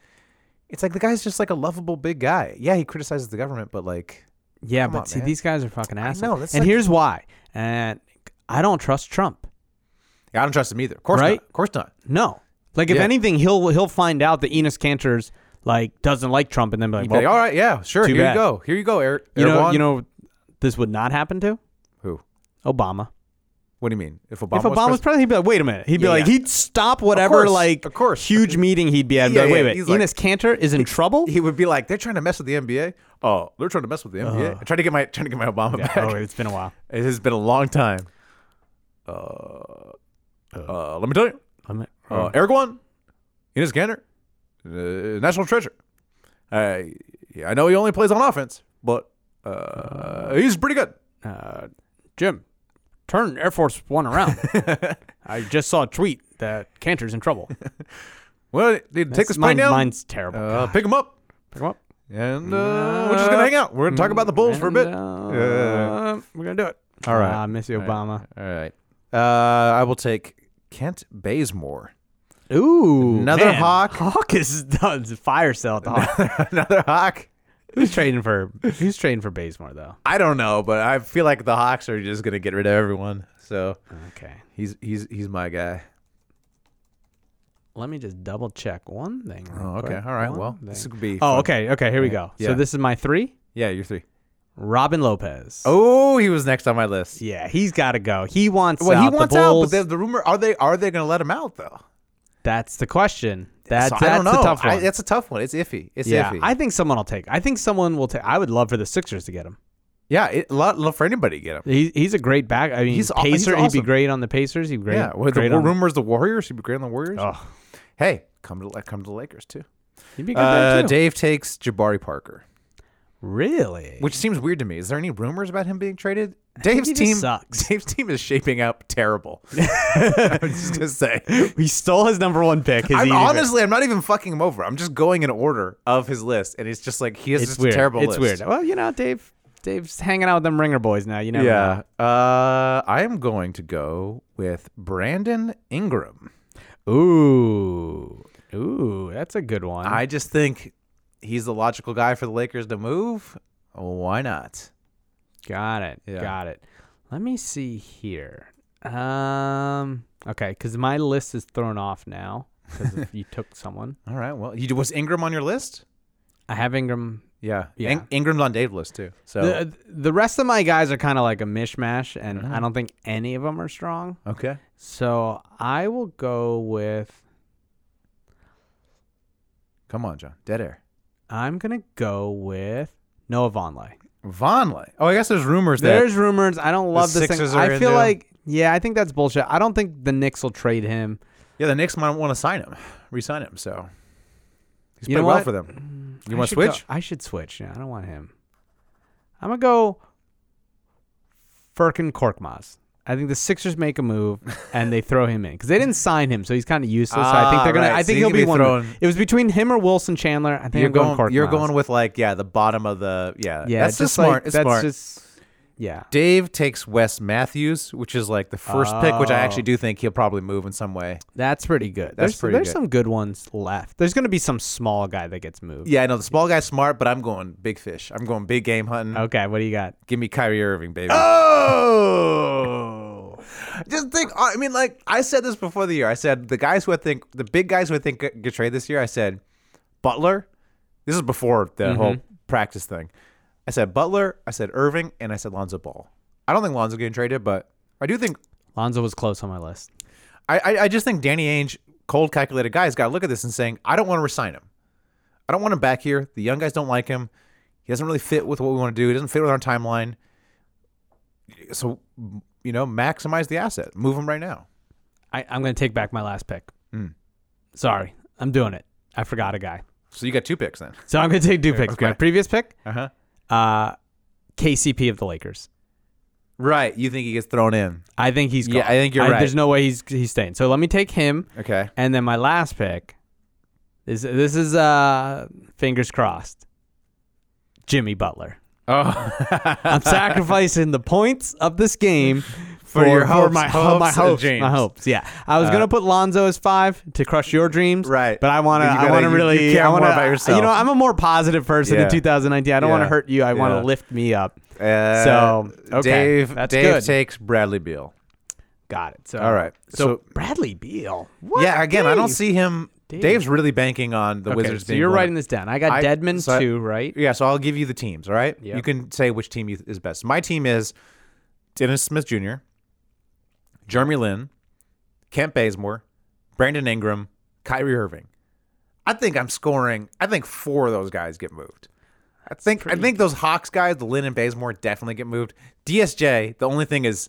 it's like the guy's just like a lovable big guy. Yeah, he criticizes the government, but like,
Yeah,
Come
but
on,
see,
man.
these guys are fucking assholes.
know, that's
and
like-
here's why. And I don't trust Trump.
I don't trust him either. Of course
Right?
not. Of course not.
No. Like, if
Yeah.
anything, he'll he'll find out that Enos Cantor's like doesn't like Trump, and then be like,
He'd be
well,
like, all right, yeah, sure.
too
Here
bad.
you go. Here you go, Eric.
you know,
Erdogan."
you know, this would not happen to
who?
Obama.
What do you mean? If Obama,
if Obama was
was president,
president, he'd be like, wait a minute. He'd be
Yeah,
like,
yeah.
he'd stop whatever
course,
like
of course.
huge meeting he'd be at. And
Yeah,
be like,
yeah,
wait, wait,
he's like-
Enos Cantor is in trouble.
he would be like, they're trying to mess with the NBA. Oh, they're trying to mess with the NBA. I'm trying to get my trying to get my Obama
Uh-huh. Yeah,
back.
oh, it's been a while.
It has been a long time. Uh, uh, let me tell you,
I'm like,
uh, Eric One, Enos Kanter, uh, national treasure. I yeah, I know he only plays on offense, but uh, he's pretty good.
uh, Jim, turn Air Force One around. I just saw a tweet that Cantor's in trouble.
Well, dude, take
That's-
this plane
mine,
down,
Mine's terrible.
uh, pick him up,
Pick 'em up.
and uh, we're just gonna hang out. We're gonna talk about the Bulls for a bit.
And, uh,
Yeah.
We're gonna do it.
All right.
Ah, Miss Obama.
All right, uh, I will take Kent Bazemore.
Ooh,
Another
man.
Hawk.
Hawk is done. It's a fire sale at the Hawk.
Another Hawk.
who's trading for? Who's trading for Bazemore though?
I don't know, but I feel like the Hawks are just gonna get rid of everyone. So
Okay,
he's he's he's my guy.
let me just double check one thing. real
Oh, okay.
quick.
All right.
One
Well,
thing.
this could be.
Oh,
fun.
okay. Okay, here we go. So
Yeah.
this is my three.
Yeah, you're three.
Robin Lopez.
Oh, he was next on my list.
yeah, he's got to go. He wants.
Well,
out.
he wants
the
out,
Bulls,
but the, the rumor are they are they going to let him out though?
That's the question. That's,
So
that's
I don't know.
the tough one.
I, that's a tough one. It's iffy. It's
yeah,
iffy.
I think someone will take. I think someone will take. I would love for the Sixers to get him.
yeah, it, lot, lot for anybody to get him.
He, he's a great back. I mean,
He's aw- he's
pacer. He'd
awesome.
be great on the Pacers. He'd be great.
yeah, with the
great
war
on the-
rumors, the Warriors. He'd be great on the Warriors.
Oh,
Hey, come to come to the Lakers too.
he'd be good
Uh,
there too.
Dave takes Jabari Parker,
really?
which seems weird to me. Is there any rumors about him being traded? Dave's
he just
team
sucks.
Dave's team is shaping up terrible. I'm just gonna say.
he stole his number one pick. His
I'm
easy pick.
honestly, I'm not even fucking him over. I'm just going in order of his list, and it's just like he has
it's
just
weird.
a terrible
it's
list.
weird. Well, you know, Dave. Dave's hanging out with them ringer boys now. You never know.
Yeah. Uh, I am going to go with Brandon Ingram.
Ooh. Ooh, that's a good one.
I just think he's the logical guy for the Lakers to move. Why not?
Got it.
Yeah.
Got it. Let me see here. Um. Okay, because my list is thrown off now because you took someone.
All right. Well, you, was Ingram on your list?
I have Ingram.
Yeah.
Yeah.
In- Ingram's on Dave's list too. So
The uh, the rest of my guys are kind of like a mishmash, and I don't think any of them are strong.
okay.
So I will go with.
Come on, John. Dead air.
I'm gonna go with Noah Vonleh.
Vonleh. Oh, I guess there's rumors that
There's rumors. I don't love this
Sixers
thing.
are
I
in
feel
there.
like yeah, I think that's bullshit. I don't think the Knicks will trade him.
yeah, the Knicks might want to sign him, re-sign him. So he's
You
played
know
well
what? Mm,
for them. You
I
want to
should go-
switch?
I should switch. Yeah, I don't want him. I'm gonna go Firkin Korkmaz. I think the Sixers make a move and they throw him in because they didn't sign him, so he's kind of useless. so I think
Ah,
they're gonna.
right.
I
So
think
he's
he'll
gonna
be,
be
one. of
thrown-
them. It was between him or Wilson Chandler. I think
You're
I'm
going.
going.
you're
Korkmaz.
going with like yeah, the bottom of the yeah.
Yeah,
that's just
like-
smart. it's
that's
smart.
just Yeah.
Dave takes Wes Matthews, which is like the first pick, which I actually do think he'll probably move in some way.
That's pretty good. That's there's,
pretty
There's
good.
some good ones left. There's gonna be some small guy that gets moved.
Yeah, I know the small guy's smart, but I'm going big fish. I'm going big game hunting.
Okay. What do you got?
Give me Kyrie Irving, baby.
Oh.
Just think. I mean, like I said this before the year. I said the guys who I think the big guys who I think get traded this year. I said Butler. This is before the whole practice thing. I said Butler. I said Irving, and I said Lonzo Ball. I don't think Lonzo getting traded, but I do think
Lonzo was close on my list.
I, I, I just think Danny Ainge, cold calculated guy, has got to look at this and saying, I don't want to resign him. I don't want him back here. The young guys don't like him. He doesn't really fit with what we want to do. He doesn't fit with our timeline. So, you know, maximize the asset. Move him right now.
I, I'm gonna take back my last pick.
Hmm.
Sorry, I'm doing it. I forgot a guy.
So you got two picks then.
So I'm gonna take two picks.
okay.
My previous pick,
Uh huh.
uh, KCP of the Lakers.
Right. You think he gets thrown in?
I think he's.
Yeah,
gone.
I think you're right.
There's no way he's he's staying. So let me take him,
Okay.
and then my last pick. This this is uh fingers crossed. Jimmy Butler.
Oh,
I'm sacrificing the points of this game for,
your hopes,
my
hopes,
my
uh,
hopes,
James.
my hopes. Yeah, I was gonna put Lonzo as five to crush your dreams,
Right.
But I want to,
You
I
gotta-
want to
you- you
really,
care
I want
more about yourself.
You know, I'm a more positive person
Yeah.
in 2019. I don't want
Yeah.
to hurt you. I want
Yeah.
to lift me up.
Uh,
So, okay,
Dave,
that's
Dave
good.
takes Bradley Beal.
Got it. So
All right.
So,
So-
Bradley Beal. What?
yeah. Again, I don't
Dave?
see him.
Dave.
Dave's really banking on the
Okay,
Wizards.
So
being
you're
one of-
writing this down. I got
I-
Deadman
so I-
too, right?
Yeah, so I'll give you the teams, all right?
Yep.
You can say which team you is best. My team is Dennis Smith Jr., Jeremy Lin, Kent Bazemore, Brandon Ingram, Kyrie Irving. I think I'm scoring. I think four of those guys get moved. I think I think those Hawks guys, the Lin and Bazemore, definitely get moved. DSJ, the only thing is,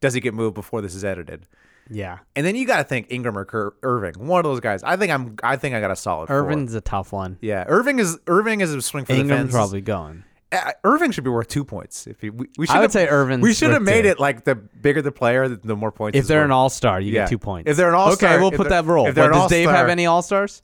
does he get moved before this is edited?
Yeah.
And then you got to think Ingram or Cur- Irving, one of those guys. I think I'm. I think I got a solid. four.
Irvin's a tough one.
Yeah, Irving is Irving is a swing for the
Ingram's
fence.
probably going.
Uh, Irving should be worth two points. If he, we, we should
I would say Irvin's
We should have
worth
made
two.
it like the bigger the player, the, the more points.
If
is
they're
worth.
an all star, you
Yeah.
get two points.
If they're an all-star-
okay, we'll
if
put
they're-
that role.
if they're
What,
an
does Dave
all-star-
have any all stars?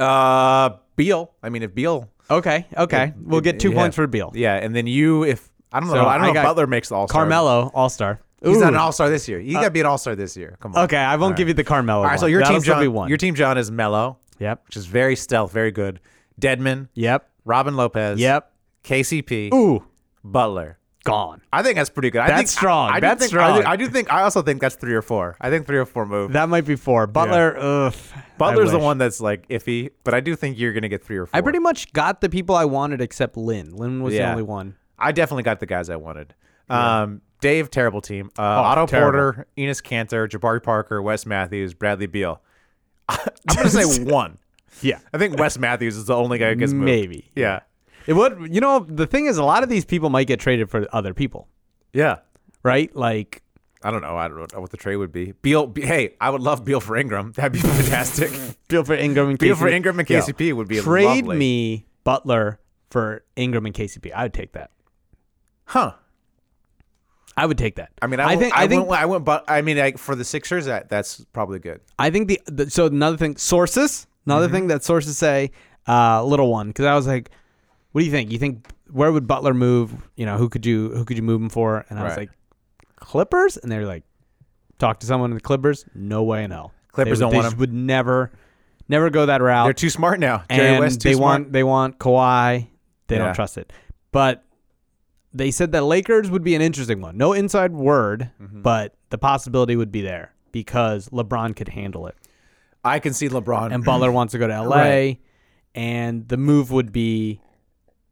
uh Beal, I mean if Beal,
Okay, okay,
If-
we'll get two
yeah.
points for Beal.
yeah, and then you if I don't know,
So
I don't
I
know if
got
Butler makes the all star.
Carmelo all star.
he's not an all star this year. He got to be an all star this year. Come on.
Okay, I won't give you the Carmelo.
All right,
one.
so your
That'll
team
still
John,
be one.
your team John is Mello,
Yep.
which is very stealth, very good. Deadman,
Yep.
Robin Lopez,
Yep.
KCP,
Ooh,
Butler.
gone.
I think that's pretty good. I
That's
think,
strong.
I, I do
That's
think, I,
strong.
do- I do think. I also think that's three or four. I think three or four move.
That might be four. Butler. Ugh.
Butler's
I
the
wish.
one that's like iffy, but I do think you're gonna get three or four.
I pretty much got the people I wanted except Lynn. Lynn was
Yeah.
the only one.
I definitely got the guys I wanted. Um, Dave, terrible team. Uh, Otto
Oh, terrible.
Porter, Enos Cantor, Jabari Parker, Wes Matthews, Bradley Beal. I'm gonna say one.
Yeah.
I think Wes Matthews is the only guy who gets moved.
Maybe.
Yeah.
It would. You know, the thing is, a lot of these people might get traded for other people,
Yeah.
right? Like.
I don't know. I don't know what the trade would be. Beal. Be- hey, I would love Beal for Ingram. That'd be fantastic.
Beal for Ingram and
Beal
KCP.
for Ingram and
Yo,
KCP would be
trade
lovely.
me Butler for Ingram and KCP. I would take that.
huh?
I would take that.
I mean, I,
think
I,
I think
went, I went, but I mean, like for the Sixers, that that's probably good.
I think the, the so another thing sources another
Mm-hmm.
thing that sources say uh, little one because I was like, what do you think? You think where would Butler move? You know who could you who could you move him for? And I was
Right.
like, Clippers, and they were like, talk to someone in the Clippers. No way in hell.
Clippers
They would-
don't want
they
him.
Would never, never go that route.
They're too smart now. Jerry
Uh, and
West too
they
smart.
want they want Kawhi. They
Yeah.
don't trust it. But they said that Lakers would be an interesting one. No inside word,
Mm-hmm.
but the possibility would be there because LeBron could handle it,
I can see LeBron
and Butler wants to go to LA,
Right.
and the move would be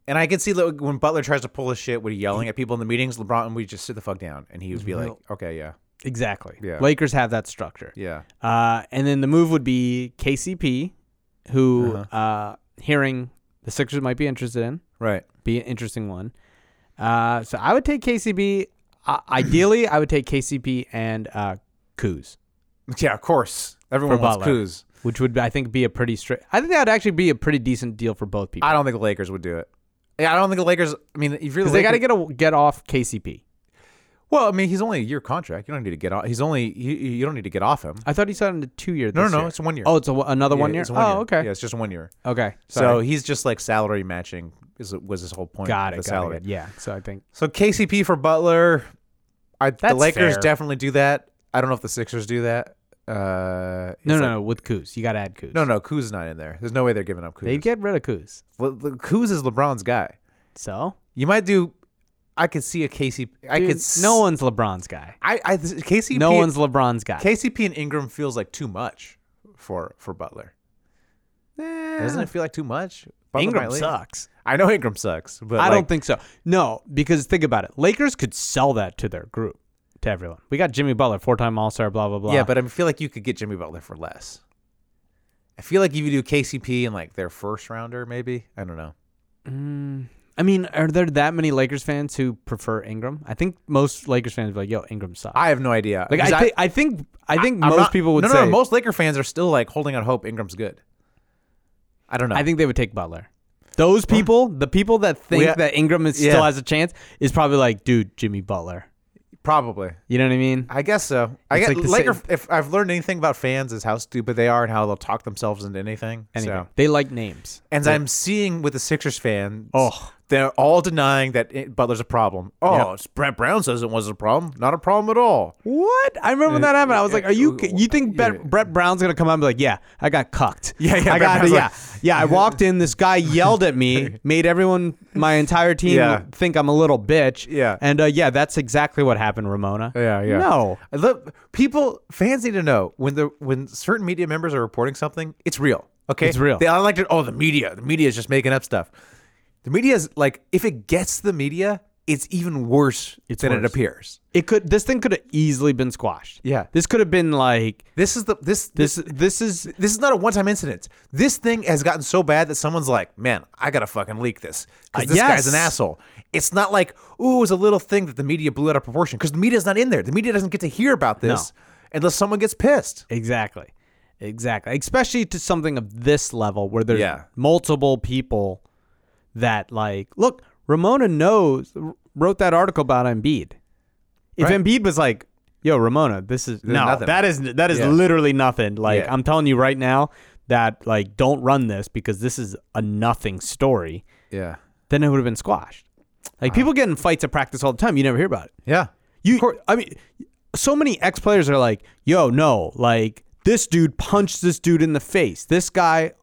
And I can see that when Butler tries to pull his shit when he's yelling at people in the meetings, LeBron would just sit the fuck down and he would be like,
Mm-hmm.
okay, yeah,
exactly.
Yeah.
Lakers have that structure,
yeah.
uh, and then the move would be KCP, who
Uh-huh.
uh hearing the Sixers might be interested in.
Right.
be an interesting one. Uh, so I would take KCB. Uh, ideally, I would take KCP and uh, Kuz,
Yeah, of course. Everyone
For
wants
Butler.
Kuz.
which would I think be a pretty straight. I think that would actually be a pretty decent deal for both people
I don't think the Lakers would do it. Yeah, I don't think the Lakers. I mean, if you're the
because they got to
Lakers-
get a, get off KCP.
well, I mean, he's only a year contract. You don't need to get off. He's only you, you don't need to get off him.
I thought he signed a two year.
No, no, no. It's one year.
Oh, it's a, another
Yeah,
one year.
it's
oh,
year.
okay,
Yeah, it's just one year.
okay.
So
Sorry.
he's just like salary matching is was his whole point.
Got
of
it.
the
got it,
salary.
got it. Yeah. So I think
So KCP for Butler. I, the
That's
Lakers
fair.
definitely do that. I don't know if the Sixers do that. Uh,
no,
it's
no,
like-
no. With Kuz, you got to add Kuz.
no, no. Kuz not in there. There's no way they're giving up Kuz.
They'd get rid of Kuz.
Well, the- Kuz is LeBron's guy.
So
You might do. I could see a KCP. I
Dude,
could. s-
No one's LeBron's guy.
I. I KCP.
No one's LeBron's guy.
KCP and Ingram feels like too much for for Butler. Doesn't it feel like too much? Butler
Ingram
might leave.
sucks.
I know Ingram sucks, but
I
like,
don't think so. No, because think about it. Lakers could sell that to their group, to everyone. We got Jimmy Butler, four-time All-Star, blah blah blah.
Yeah, but I feel like you could get Jimmy Butler for less. I feel like if you do KCP and like their first rounder, maybe I don't know.
I mean, are there that many Lakers fans who prefer Ingram? I think most Lakers fans are like, "Yo, Ingram sucks."
I have no idea.
like,
Because
I, thi- I think I think
I'm
most
not-
people would
no, no,
say.
no, most Laker fans are still like holding out hope Ingram's good. I don't know.
I think they would take Butler. Those people, the people that
We-
think that Ingram is,
yeah.
still has a chance, is probably like, "Dude, Jimmy Butler."
probably.
You know what I mean?
I guess so. I
It's
guess
like the
Laker.
same-
If I've learned anything about fans, is how stupid they are and how they'll talk themselves into anything.
Anyway,
So.
they like names.
And I'm seeing with the Sixers fans,
Oh.
they're all denying that it, Butler's a problem. Oh, Brett Brown says it wasn't a problem. Not a problem at all.
What? I remember when that happened. I was like, "Are you?
uh,
You think
yeah.
Brett, Brett Brown's gonna come out and be like, yeah, I got cucked?
Yeah, yeah,
I
Brett
got
Brown's
yeah,
like-
yeah. I walked in. This guy yelled at me, made everyone, my entire team,
Yeah.
think I'm a little bitch.
Yeah.
and uh, yeah, that's exactly what happened, Ramona.
Yeah, yeah.
No,
I love people. Fans need to know when the when certain media members are reporting something, it's real. Okay,
It's real.
They I like to. Oh, the media. The media is just making up stuff. The media is like if it gets the media, it's even worse
It's
than it
worse.
appears.
it could. This thing could have easily been squashed.
Yeah.
this could have been like
This is the this
this. This is
This is not a one-time incident. This thing has gotten so bad that someone's like, "Man, I gotta fucking leak this because
Uh,
this
yes.
guy's an asshole." It's not like, "Ooh, it was a little thing that the media blew out of proportion," because the media's not in there. The media doesn't get to hear about this unless someone gets pissed.
Exactly. Exactly. Especially to something of this level where there's
Yeah.
multiple people that like look, Ramona knows wrote that article about Embiid. If
Right.
Embiid was like, "Yo, Ramona, this is no,
nothing.
that is that is
Yeah.
literally nothing." Like
Yeah.
I'm telling you right now that like don't run this because this is a nothing story,
Yeah,
then it would have been squashed. Like people get in fights at practice all the time, you never hear about it.
yeah,
You, I mean, so many ex players are like, yo, no, like this dude punched this dude in the face. This guy,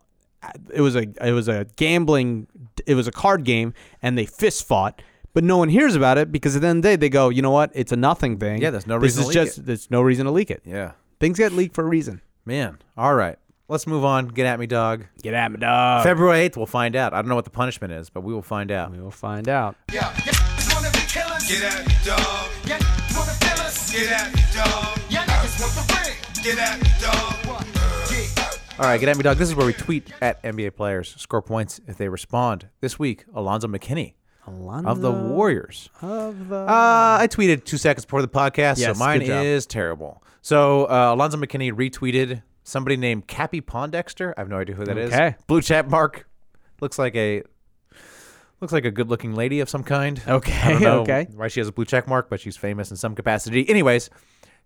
it was a, it was a gambling, it was a card game, and they fist fought. But no one hears about it because at the end of the day they go, you know what? It's a nothing thing.
Yeah, there's no
this
reason
Is
to leak
just there's no reason to leak it.
yeah.
Things get leaked for a reason.
Man, all right. Let's move on. Get at me, dog.
Get at me, dog.
February eighth, we'll find out. I don't know what the punishment is, but we will find out.
We'll find out.
Yeah, yeah, one of the killers.
Get at me, dog.
Yeah, one of the killers.
Get at me, dog.
Yeah, niggas want the ring.
Get at me, dog.
All right, get at me, dog. This is where we tweet at NBA players, score points if they respond. This week, Alonzo McKinney of the Warriors.
Of the
Uh, I tweeted two seconds before the podcast,
Yes,
so mine
good job.
is terrible. So uh, Alonzo McKinney retweeted somebody named Cappy Pondexter. I have no idea who that is.
Okay.
Blue chat mark. Looks like a looks like a good looking lady of some kind. I
Okay,
don't know
okay.
Why she has a blue check mark, but she's famous in some capacity. Anyways,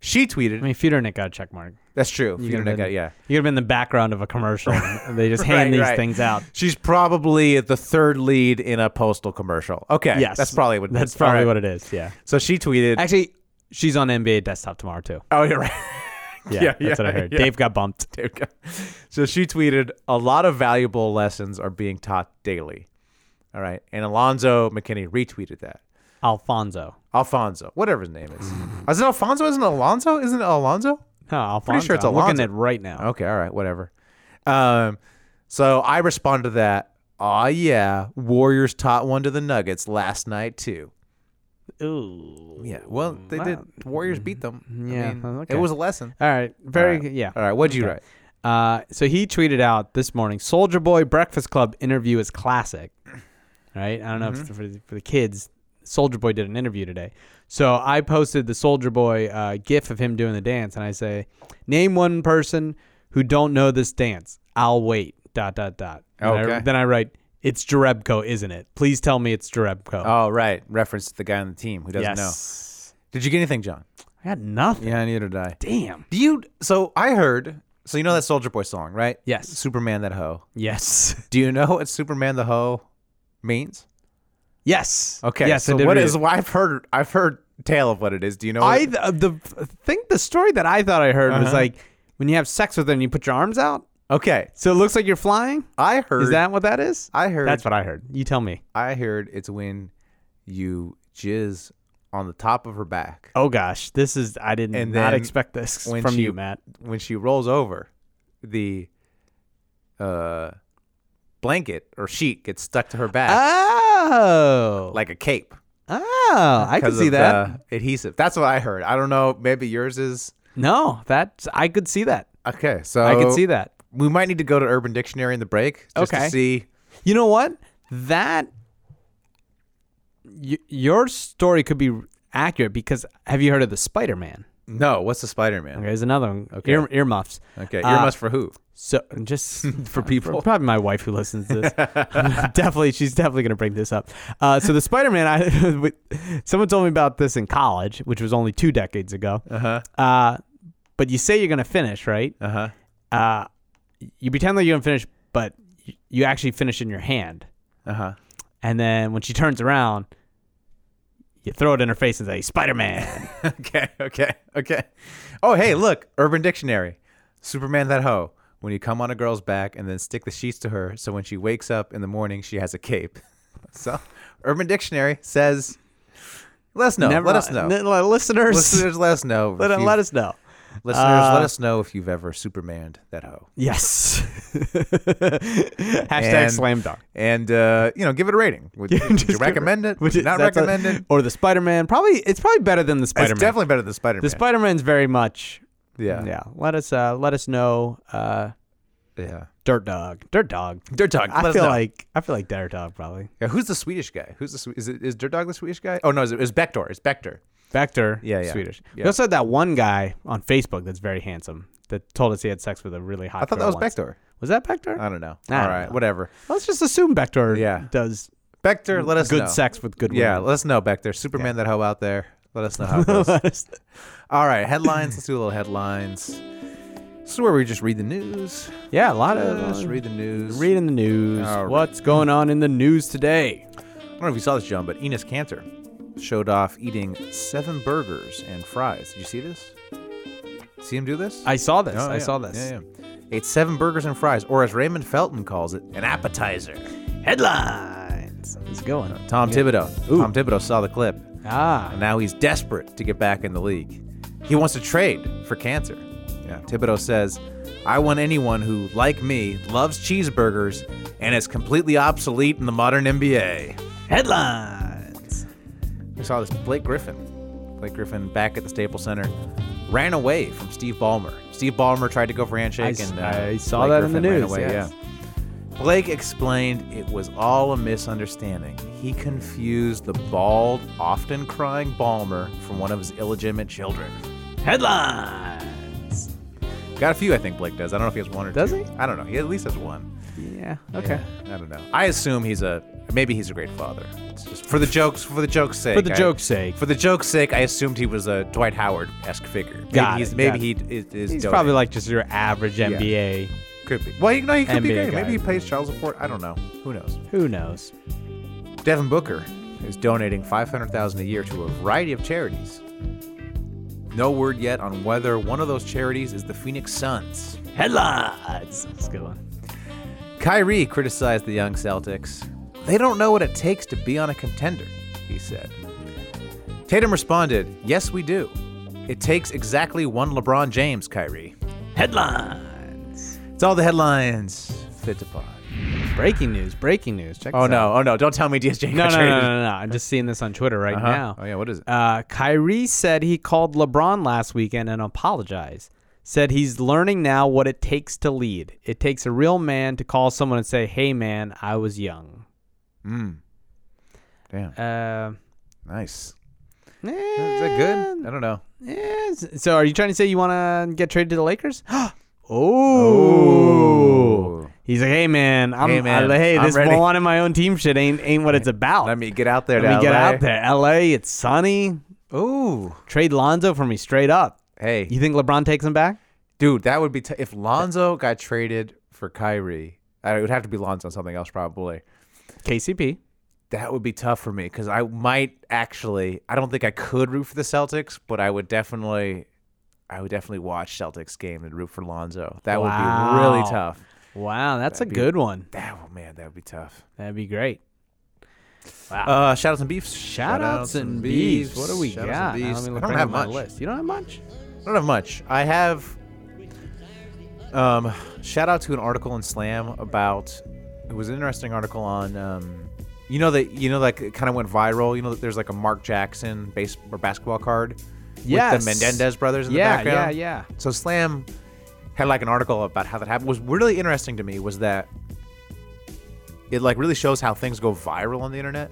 she tweeted.
I mean, Federnick got a check mark.
that's true.
You
If you
could've
don't
been-
get- yeah.
You could have been in the background of a commercial. and they just hand
Right,
these
right.
things out.
She's probably the third lead in a postal commercial. Okay.
Yes,
That's probably what.
That's probably what
It,
it is. Yeah.
is. so she tweeted.
Actually, she's on NBA Desktop tomorrow too.
oh, you're right.
Yeah,
Yeah,
that's what I
yeah,
heard.
yeah.
Dave got bumped.
There we go. So she tweeted, a lot of valuable lessons are being taught daily. All right. And Alonzo McKinney retweeted that.
Alfonso.
Alfonso, whatever his name is. is it Alfonso? Isn't it Alonzo? Isn't it Alonzo?
No, Alfonso.
sure it's
I'm looking
Alonso.
at it right now.
Okay. All right. Whatever. Um, so I responded to that. Aw, yeah. Warriors taught one to the Nuggets last night, too.
Ooh.
Yeah. Well, they
Wow. Mm-hmm.
did. Warriors beat them.
Yeah,
I mean,
okay.
It was a lesson.
All right. Very
All right.
good. yeah.
All right. What'd you
Okay.
write?
Uh, so he tweeted out this morning: Soldier Boy Breakfast Club interview is classic. Right? I don't know
Mm-hmm.
if it's for, the- for the kids. Soldier Boy did an interview today, so I posted the Soldier Boy uh, gif of him doing the dance, and I say, "Name one person who don't know this dance. I'll wait." Dot dot dot. And I-
Okay.
then I write, "It's Jarebko, isn't it? Please tell me it's Jarebko."
Oh, right. Reference to the guy on the team who doesn't
yes.
know. Did you get anything, John?
I got nothing.
Yeah, neither did I.
Damn.
Do you? So I heard. So you know that Soldier Boy song, right?
Yes.
Superman that hoe.
Yes.
Do you know what Superman the hoe means?
Yes.
Okay.
Yes.
So
I did
what
read
is?
it.
I've heard. I've heard tale of what it is. Do you know?
I Uh-huh.
What
th- the think the story that I thought I heard was like when you have sex with them, you put your arms out,
okay.
so it looks like you're flying.
I heard.
Is that what that is?
I heard.
That's what I heard. You tell me.
I heard. It's when you jizz on the top of her back
Oh gosh, this is I didn't
And
not
then
expect this
when
from
she-
you, Matt.
when she rolls over. The uh, blanket or sheet gets stuck to her
Ah.
back
Oh,
like a cape.
oh, I could
'cause
see
of
that.
the adhesive. That's what I heard. I don't know. Maybe yours is
no, that's I could see that.
okay. So
I could see that.
We might need to go to Urban Dictionary in the break just
Okay.
to see.
You know what? That y- your story could be accurate because have you heard of the Spider Man?
No, what's the Spider Man?
Okay, there's another one. Okay, Ear, earmuffs.
Okay,
Uh,
earmuffs for who?
So just
For people.
probably my wife who listens to this. definitely, she's definitely gonna bring this up. Uh, so the Spider Man, I with- someone told me about this in college, which was only two decades ago. Uh-huh. but you say you're gonna finish, right?
Uh-huh.
Uh, you pretend that you're gonna finish, but y- you actually finish in your hand.
Uh
uh-huh.
huh.
And then when she turns around, you throw it in her face and say, Spider Man.
Okay, okay, okay. Oh, hey, look, Urban Dictionary. Superman that hoe. When you come on a girl's back and then stick the sheets to her, so when she wakes up in the morning, she has a cape. So, Urban Dictionary says, let us know. let us know.
listeners,
Listeners, let us know.
let,
if you-
let us know.
listeners,
uh,
let us know if you've ever Supermaned that hoe.
Yes. Hashtag
And-
slam dunk.
And uh, you know, give it a rating. Would,
Yeah,
would
just
you
give
recommend it? Would
Which
you
is-
not
that's a-
recommend it?
Or the Spider Man. Probably it's probably better than the Spider Man.
It's definitely better than Spider Man.
the Spider Man's very much
yeah,
yeah. Let us uh let us know uh
yeah.
Dirt Dog. Dirt Dog.
Dirt Dog.
I
let us
feel
know.
like I feel like Dirt Dog probably.
Yeah, who's the Swedish guy? Who's the Swe- is it is Dirt Dog the Swedish guy? Oh no, is it is Bector? It's Bector.
Vector,
Yeah, yeah.
Swedish. We
Yeah.
also had that one guy on Facebook that's very handsome that told us he had sex with a really hot.
I thought that
girl
was
once.
Bector.
Was that Vector?
I don't know.
I don't
All right,
know.
whatever.
Let's just assume Vector
Yeah.
does
Bector, let us
good
know.
sex with good
Yeah,
women.
let us know Bector. Superman that hoe out there. Let us know how it goes. All right, headlines. Let's do a little headlines. This is where we just read the news.
yeah, a lot
Just
of
read the news.
reading the news.
All right.
What's going on in the news today?
I don't know if you saw this, John, but Enos Cantor showed off eating seven burgers and fries. Did you see this? See him do this?
I saw this.
Oh,
I
yeah.
saw this.
Yeah, yeah. Ate seven burgers and fries, or as Raymond Felton calls it, an appetizer.
Headlines. It's going.
Tom
Yeah.
Thibodeau.
Ooh.
Tom Thibodeau saw the clip,
Ah,
and now he's desperate to get back in the league. He wants to trade for cancer. Yeah. Thibodeau says, I want anyone who, like me, loves cheeseburgers and is completely obsolete in the modern NBA.
headlines.
We saw this Blake Griffin. Blake Griffin back at the Staples Center ran away from Steve Ballmer. Steve Ballmer tried to go for a handshake,
I s-
and uh,
I saw
Blake
that in the
Griffin ran
news,
away,
yes.
yeah. Blake explained it was all a misunderstanding. He confused the bald, often crying Ballmer from one of his illegitimate children.
Headlines.
Got a few, I think Blake does. I don't know if he has one or
Does
two.
he?
I don't know. He at least has one.
Yeah. Okay.
Yeah, I don't know. I assume he's a maybe he's a great father. It's just for the jokes, for the jokes sake.
For the
I-
joke's sake.
For the joke's sake, I assumed he was a Dwight Howard esque figure. Maybe
Got
he's,
it, got
maybe he is, is
He's
donating.
probably like just your average NBA.
could be. Well, you know, he could be
NBA
great.
guy.
Maybe he pays child support. I don't know. Who knows?
Who knows?
Devin Booker is donating five hundred thousand a year to a variety of charities. No word yet on whether one of those charities is the Phoenix Suns.
Headlines. That's a good one.
Kyrie criticized the young Celtics. They don't know what it takes to be on a contender, he said. Tatum responded, Yes, we do. It takes exactly one LeBron James, Kyrie.
Headlines.
It's all the headlines. Fit to pod.
Breaking news. Breaking news. Check.
Oh
this out.
no, oh no, don't tell me DSJ
No,
got
no, no,
traded.
no, no, no. I'm just seeing this on Twitter right
Uh-huh.
now.
Oh yeah, what is it?
Uh, Kyrie said he called LeBron last weekend and apologized. Said he's learning now what it takes to lead. It takes a real man to call someone and say, "Hey, man, I was young."
Damn.
Uh,
Nice. Is that good? I don't know.
Yes. eh, So, are you trying to say you want to get traded to the Lakers? oh.
Ooh.
He's like, hey man, I'm,
Oh. Hey, man,
I- hey,
I'm
this
ready."
wanting my own team shit ain't ain't what it's about.
Let me get out there.
Let
to
me get
LA.
out there. LA, it's sunny.
Ooh.
Trade Lonzo for me straight up.
Hey.
You think LeBron takes him back?
Dude, that would be t- if Lonzo got traded for Kyrie. uh, It would have to be Lonzo on something else, probably.
KCP.
That would be tough for me because I might actually. I don't think I could root for the Celtics, but I would definitely. I would definitely watch Celtics game and root for Lonzo. That would be
Wow.
really tough.
Wow, that's
That'd
a
be-
good one.
That oh man, that would be tough.
That'd be great.
Uh, shout outs and beefs.
Shoutouts and beefs. What do we
Shoutouts and
got? Now
beefs.
let me
I
look
don't
back
have
at my
much.
List. You don't have much.
I don't have much. I have um, shout out to an article in Slam about it was an interesting article on um, you know that you know like it kind of went viral. You know that there's like a Mark Jackson base or basketball card
Yes.
with the Mendez brothers in
Yeah,
the background.
yeah, yeah.
So Slam had like an article about how that happened. What was really interesting to me was that it like really shows how things go viral on the internet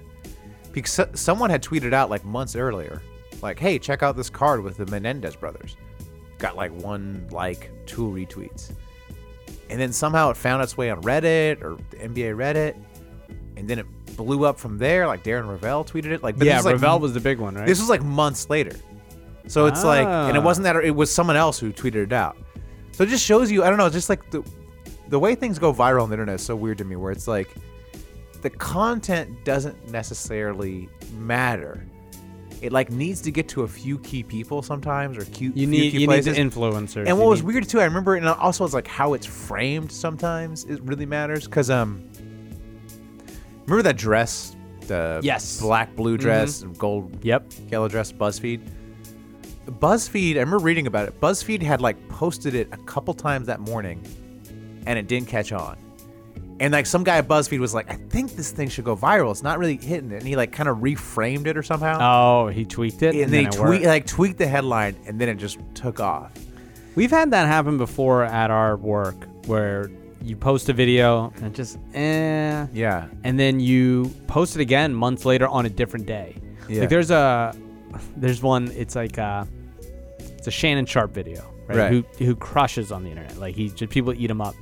because so- someone had tweeted out like months earlier, like, "Hey, check out this card with the Menendez brothers." Got like one like, two retweets, and then somehow it found its way on Reddit or the NBA Reddit, and then it blew up from there. Like Darren Ravel tweeted it, like but this
yeah,
is, like,
Ravel was the big one, right?
this was like months later. So it's like, and it
Ah.
wasn't that it was someone else who tweeted it out. So it just shows you, I don't know, just like the the way things go viral on the internet is so weird to me, where it's like the content doesn't necessarily matter. It like needs to get to a few key people sometimes, or cute.
you need
few key
you
places.
need the influencers.
And what
You
was
need-
weird too, I remember, and also it's like how it's framed sometimes. It really matters because um, remember that dress, the
Yes. Mm-hmm.
black blue dress, and gold,
Yep.
yellow dress. Buzzfeed, Buzzfeed. I remember reading about it. Buzzfeed had like posted it a couple times that morning, and it didn't catch on. And like some guy at Buzzfeed was like, I think this thing should go viral. It's not really hitting it, and he like kind of reframed it or somehow.
Oh, he tweaked it.
and,
And
then
then
he
it
tweet,
worked.
like tweaked the headline, and then it just took off.
We've had that happen before at our work where you post a video and it just eh.
Yeah.
And then you post it again months later on a different day.
Yeah.
Like there's a there's one it's like uh it's a Shannon Sharp video, right?
Right.
Who who crushes on the internet. Like he just people eat him up.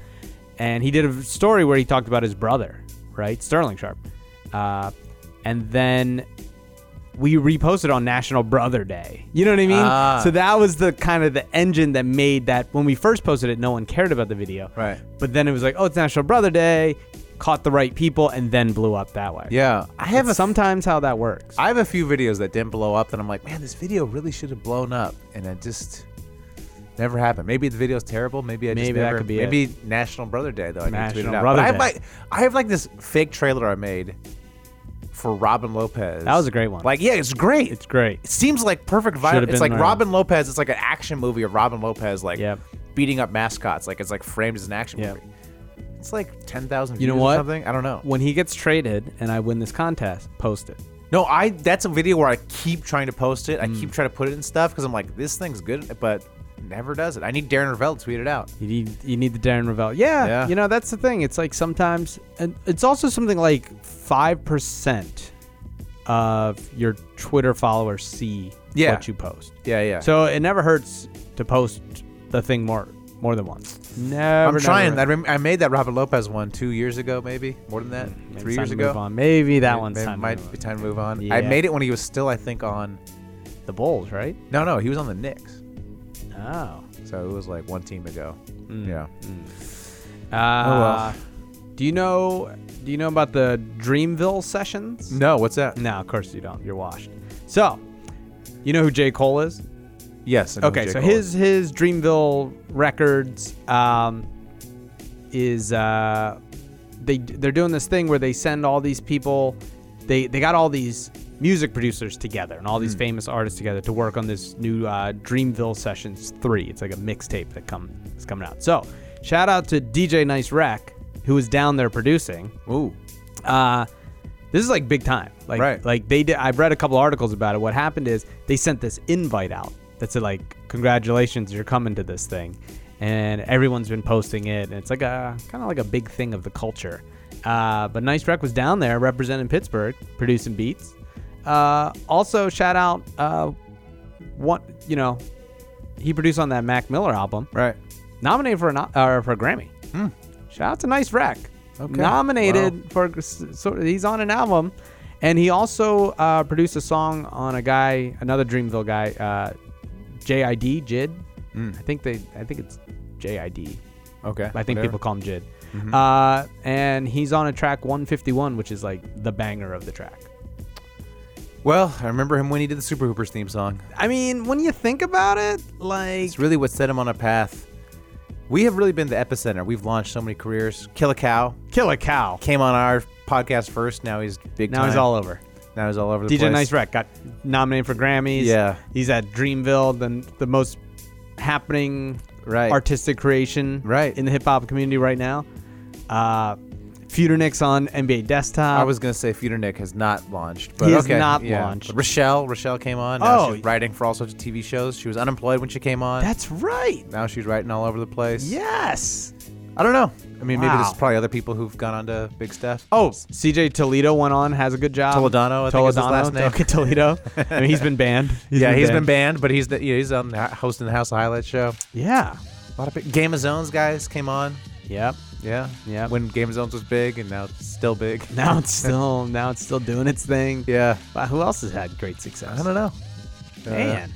And he did a story where he talked about his brother, right? Sterling Sharp. Uh and then we reposted on National Brother Day. You know what I mean?
Ah.
So that was the kind of the engine that made that when we first posted it, no one cared about the video.
Right.
But then it was like, oh, it's National Brother Day, caught the right people, and then blew up that way.
Yeah, I
I have
have a
sometimes how that works.
I have a few videos that didn't blow up that I'm like, man, this video really should have blown up, and it just never happened. Maybe the video's terrible. Maybe I just
Maybe that
never-
could be
maybe National Brother Day though. I need to tweet it
National
out.
Brother
but I have
Day.
like I have like this fake trailer I made for Robin Lopez.
That was a great one.
Like, yeah, it's great.
it's great.
it seems like perfect
Should've
vibe.
been
It's like
viral.
Robin Lopez. It's like an action movie of Robin Lopez like
Yep.
beating up mascots. Like it's like framed as an action
Yep.
movie. It's like ten thousand.
You know
views
what?
Or something I don't know.
When he gets traded and I win this contest, post it.
No, I. That's a video where I keep trying to post
Hmm.
it. I keep trying to put it in stuff because I'm like, this thing's good, but never does it. I need Darren Ravel to tweet it out.
You need you need the Darren Ravel. Yeah,
Yeah.
you know that's the thing. It's like sometimes, and it's also something like five percent of your Twitter followers see
Yeah.
what you post.
Yeah, yeah.
So it never hurts to post the thing more more than once. Never.
I'm
never
trying. I,
hurts.
rem- I made that Robert Lopez one two years ago, maybe more than that,
Maybe
three
it's
years
time to move
ago.
on. Maybe that
May-
one's
may-
time. to
might
move
be
on.
time to move on.
Yeah.
I made it when he was still, I think, on.
The Bulls, right?
No, no, he was on the Knicks,
Oh.
so it was like one team ago.
Hmm.
Yeah.
Uh, Do you know? Do you know about the Dreamville sessions?
No, what's that?
No, of course you don't. You're washed. So, you know who J. Cole is?
Yes. I know who
Okay,
J.
so
Cole
his
is.
his Dreamville Records um, is uh, they they're doing this thing where they send all these people, they they got all these music producers together and all these famous artists together to work on this new uh, Dreamville Sessions three. It's like a mixtape that come is coming out. So shout out to DJ Nice Rack who was down there producing
Ooh.
uh, this is like big time. Like,
Right.
like they did. I read a couple articles about it. What happened is they sent this invite out that said like, "Congratulations, you're coming to this thing," and everyone's been posting it, and it's like a kind of like a big thing of the culture. Uh, but Nice Rec was down there representing Pittsburgh, producing beats. Uh, also, shout out uh, one, you know, he produced on that Mac Miller album
Right.
nominated for an o- uh, for a Grammy. Shout out to Nice Rack.
Hmm. Okay.
Nominated for s- so he's on an album, and he also uh, produced a song on a guy, another Dreamville
Hmm.
guy, uh, JID Jid. I think they, I think it's JID
Okay,
I
whatever.
think
Mm-hmm.
people call him Jid. Uh, and he's on a track 151, which is like the banger of the track.
Well, I remember him when he did the Super Hoopers theme song.
I mean, when you think about it, like
It's really what set him on a path. We have really been the epicenter. We've launched so many careers. Kill a cow
kill a cow.
came on our podcast first. Now he's big.
Now he's
time.
all over.
Now he's all over the
DJ
place.
Nice Rec got nominated for Grammys.
Yeah.
he's at Dreamville, the the most happening
Right.
artistic creation
Right.
in the hip hop community right now. Uh, Feudernix on NBA Desktop.
I was gonna say Feeder Nick has not launched. But
He has
okay,
not
yeah.
launched.
Rochelle, Rochelle came on. Now
Oh.
she's writing for all sorts of TV shows. She was unemployed when she came on.
That's right.
now she's writing all over the place.
Yes.
I don't know. I mean, maybe
Wow.
there's probably other people who've gone on to big stuff.
Oh, CJ Toledo went on, has a good job.
Toledano, I think is his last name.
Okay, Toledo. I mean, he's been banned.
yeah, he's been banned, but he's the, yeah, he's on the, hosting the House of Highlights show.
Yeah.
A lot of big, Game of Zones guys came on.
Yep.
Yeah,
Yeah.
When Game of Zones was big, and now it's still big.
Now it's still now it's still doing its thing.
Yeah,
Wow, who else has had great success?
I don't know. Uh,
Man,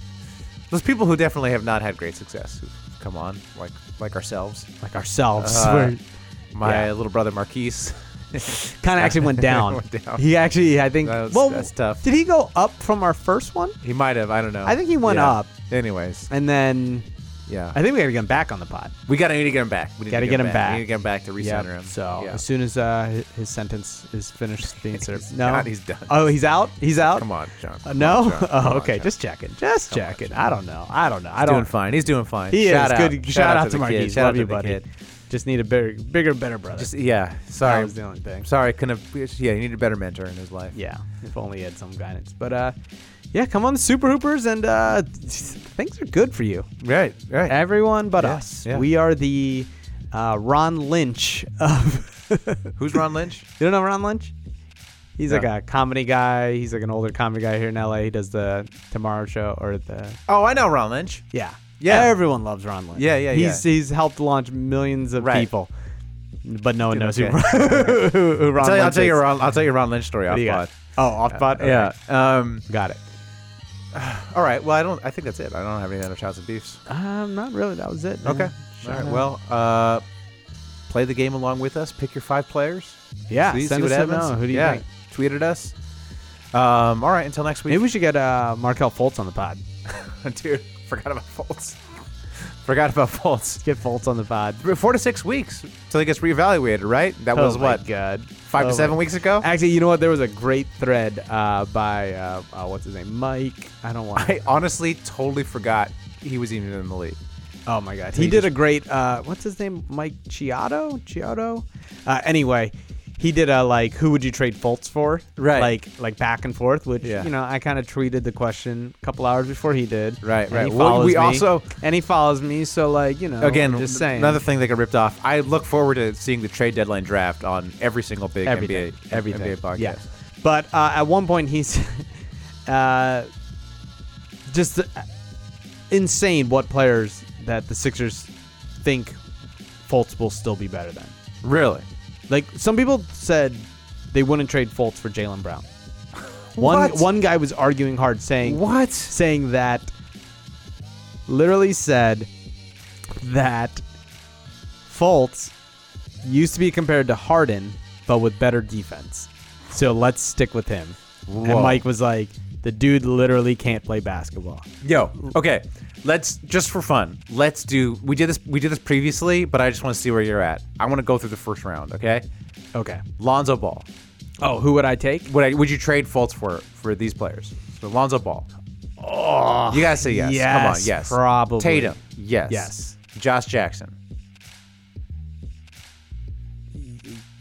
there's people who definitely have not had great success. who've Come on, like like ourselves.
like ourselves.
Uh,
We're-
My
Yeah.
little brother Marquise.
kind of actually went down.
Went down.
He actually, I think.
That was-
well,
that's tough.
Did he go up from our first one?
He might have. I don't know.
I think he went
Yeah.
up.
Anyways,
And then
yeah.
I think we got to get him back on the pod.
we gotta need to get him back. We need to
Gotta get him back.
We need to get him back to recenter
Yep.
him.
So
Yeah.
as soon as uh, hi- his sentence is finished being served, no,
not. He's done.
Oh, he's out. He's out.
come on, John.
Uh, no.
Come on, John. Come
oh,
on,
okay.
John.
Just checking. Just checking. I don't know. I don't know. I
He's
don't.
doing fine. He's doing fine.
He
shout
is
out.
good. Shout out to
the kid.
Marquise.
Shout out
Love
to
you,
the
buddy.
kid.
Just need a bigger, bigger, better brother.
Just yeah. Sorry.
was the only thing.
Sorry, couldn't have. Yeah, he needed a better mentor in his life.
yeah, if only he had some guidance. But uh, yeah, come on, the Super Hoopers, and uh, things are good for you.
Right. Right.
Everyone but
Yeah,
us.
yeah.
We are the uh, Ron Lynch of. you
Who's Ron Lynch?
don't know Ron Lynch? He's
No.
like a comedy guy. He's like an older comedy guy here in LA. He does the Tomorrow Show or the
oh, I know Ron Lynch.
yeah
Yeah.
Everyone loves Ron Lynch.
Yeah, yeah,
He's he's helped launch millions of
Right.
people, but no one knows
okay.
who, who, who Ron
I'll tell, you, I'll
Lynch
tell you
is.
Ron. I'll tell you Ron Lynch story
What
off
do you got?
pod.
Oh, off bot.
Yeah. Um.
got it.
All right. Well, I don't. I think that's it. I don't have any other shouts and beefs.
Um, not really. That was it. man.
Okay.
Shout
All right.
out.
Well, uh, play the game along with us. Pick your five players.
yeah.
See, see
send
what
us a
happens.
no. Who do you
yeah.
think?
Tweet at us. Um. All right. Until next week.
Maybe we should get uh, Markel Fultz on the pod.
Dude, forgot about Fultz. forgot about Fultz.
Get Fultz on the pod.
Four to six weeks till he gets reevaluated. Right. That was
oh
what
My God.
five
Oh
to
my-
seven weeks ago.
Actually, you know what? There was a great thread uh, by uh, uh, what's his name, Mike. I don't want.
I honestly totally forgot he was even in the league.
Oh my god, he
he
did
just-
a great. Uh, what's his name? Mike Chiotto. Chiotto. Uh, anyway, he did a like, who would you trade Fultz for?
Right.
Like, like back and forth. Which
Yeah.
you know, I kind of tweeted the question a couple hours before he did.
Right,
And
right.
He
Well,
follows
we
me,
also-
and he follows me. So like, you know,
Again,
just saying.
another thing that got ripped off. I look forward to seeing the trade deadline draft on every single big
everything,
NBA
everything.
NBA podcast.
Yeah. But uh, at one point, he's uh, just uh, insane what players that the Sixers think Fultz will still be better than.
Really?
Like some people said they wouldn't trade Fultz for Jalen Brown. One
What?
one guy was arguing hard, saying
What?
saying that literally said that Fultz used to be compared to Harden, but with better defense. So let's stick with him.
Whoa.
And Mike was like, the dude literally can't play basketball.
Yo. Okay. Let's just for fun. Let's do. We did this. We did this previously, but I just want to see where you're at. I want to go through the first round. Okay.
Okay.
Lonzo Ball.
Oh, who would I take?
Would I, Would you trade Fultz for for these players? So Lonzo Ball. Oh. You gotta say yes. Come on.
yes,
Yes.
probably.
Tatum. Yes.
Yes.
Josh Jackson.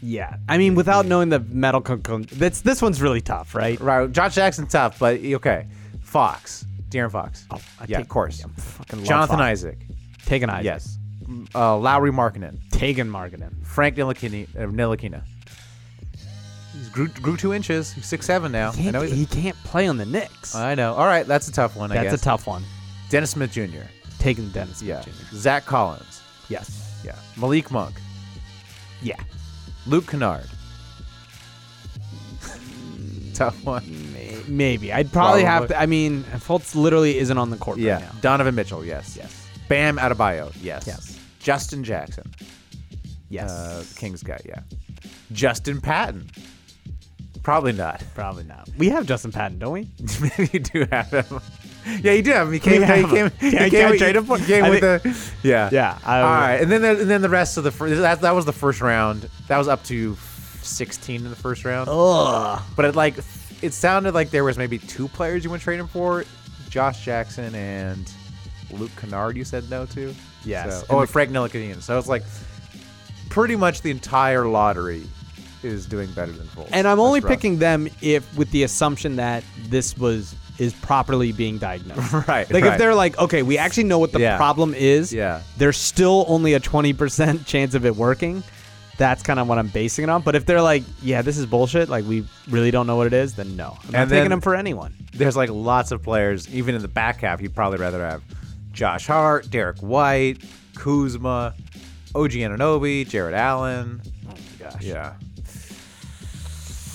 Yeah. I mean, without knowing the medical, con- that's this one's really tough, right?
Right. Josh Jackson, tough, but okay. Fox. De'Aaron Fox.
Oh, I
yeah,
take-
of course.
I fucking love
Jonathan
Fox.
Isaac.
Taken Isaac.
Yes. M- Uh, Lowry Markinen.
Taken Marketing.
Frank Nilakina. Uh, Ntilikina. He's grew, grew two inches. He's six seven now. I know. He's,
he can't play on the Knicks.
I know. All right, that's a tough one. I
that's
guess.
a tough one.
Dennis Smith Jr.
Taking Dennis Smith
Yeah.
Jr.
Zach Collins.
Yes.
Yeah. Malik Monk.
Yeah.
Luke Kennard. tough one.
Maybe. I'd probably, have
Probably.
to. I mean, Fultz literally isn't on the court
Yeah.
right now.
Donovan Mitchell. Yes.
Yes.
Bam Adebayo. Yes.
Yes.
Justin Jackson,
Yes.
uh, the Kings guy. Yeah, Justin Patton. Probably not.
Probably not. We have Justin Patton, don't we?
Maybe you do have him. Yeah, you do have him. He came.
have
He came.
him. Yeah,
he
I
came,
can't
with-
trade him for-
he came
I
with
think-
the. Yeah.
Yeah, I-
All right, and then there, and then the rest of the first. That, that was the first round. That was up to sixteen in the first
Oh,
round.
Ugh.
But it like it sounded like there was maybe two players you went trading for, Josh Jackson and Luke Kennard. You said no to.
Yes.
So, oh,
And
and Frank Ntilikina. So it's like pretty much the entire lottery is doing better than full.
And I'm only picking them if with the assumption that this was is properly being diagnosed.
Right,
Like
right.
if they're like, okay, we actually know what the
Yeah.
problem is.
Yeah.
There's still only a 20% chance of it working. That's kind of what I'm basing it on. But if they're like, yeah, this is bullshit. Like we really don't know what it is. Then no, I'm not
And
taking
then-
them for anyone.
there's like lots of players, even in the back half, you'd probably rather have Josh Hart, Derek White, Kuzma, OG Ananobi, Jared Allen. Oh my gosh. Yeah.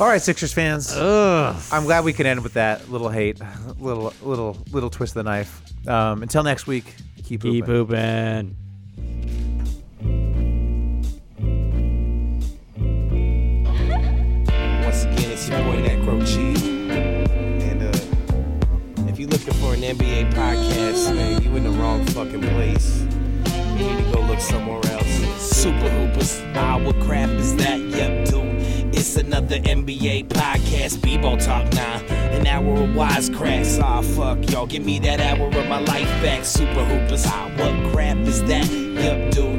All right, Sixers fans. I'm glad we can end with that little hate, little little little twist of the knife. Um, until next week, keep
Keep
hooping.
pooping.
Once again, it's your boy Necro Cheese. And uh, if you're looking for an NBA podcast, man, you in the wrong fucking place. You need to go look somewhere else. Super Hoopers, ah, what crap is that? Yep, dude. It's another NBA podcast, Bebo Talk now. An hour of wisecracks, ah, fuck, y'all. Give me that hour of my life back. Super Hoopers, ah, what crap is that? Yep, dude.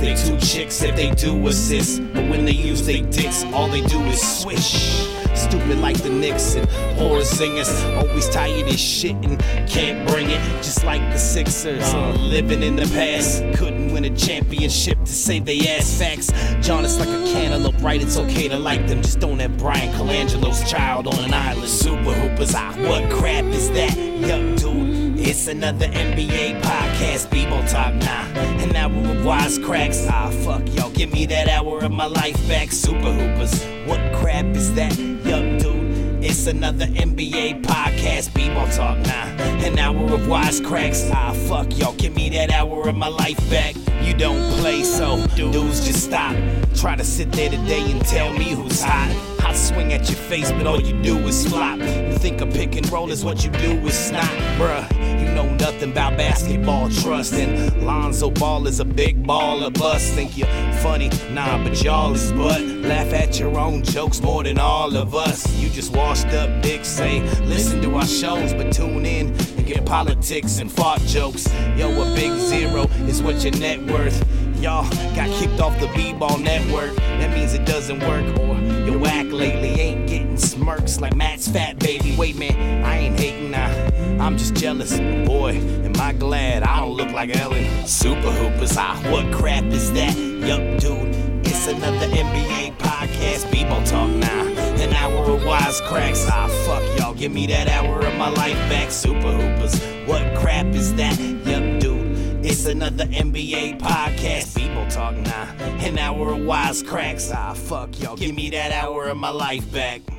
they two chicks if they do assist. But when they use they dicks, all they do is swish. Stupid like the Knicks and horror singers. Always tired as shit and can't bring it. Just like the Sixers. uh, living in the past. Couldn't win a championship to save they ass facts. John is like a cantaloupe, right? It's okay to like them. Just don't have Brian Colangelo's child on an island. Super hoopers. Ah, what crap is that? Yup, dude. It's another NBA podcast, Bebo Top now. An hour of wisecracks. Ah, fuck y'all. Give me that hour of my life back. Super Hoopers. What crap is that? Yup, dude. It's another NBA podcast, Bebo Talk now. An hour of wisecracks. Ah, fuck y'all. Give me that hour of my life back. You don't play, so dudes just stop. Try to sit there today and tell me who's hot. I swing at your face, but all you do is flop. You think a pick and roll is what you do is snot, bruh. You know nothing about basketball trust. And Lonzo Ball is a big baller bust. Think you're funny, nah, but y'all is butt. Laugh at your own jokes more than all of us. You just washed up dicks, say, listen to our shows, but tune in and get politics and fart jokes. Yo, a big zero is what your net worth. Y'all got kicked off the B-ball network. That means it doesn't work or your whack lately ain't getting smirks like Matt's fat baby. Wait, man, I ain't hating now. I'm just jealous. Boy, am I glad I don't look like Ellen. Super Hoopers, ah, what crap is that? Yup, dude, it's another NBA podcast. People talk now. An hour of wisecracks. Ah, fuck y'all, give me that hour of my life back. Super Hoopers, what crap is that? Yup, dude. It's another NBA podcast. People talk now. An hour of wisecracks. Ah, fuck y'all. Give me that hour of my life back.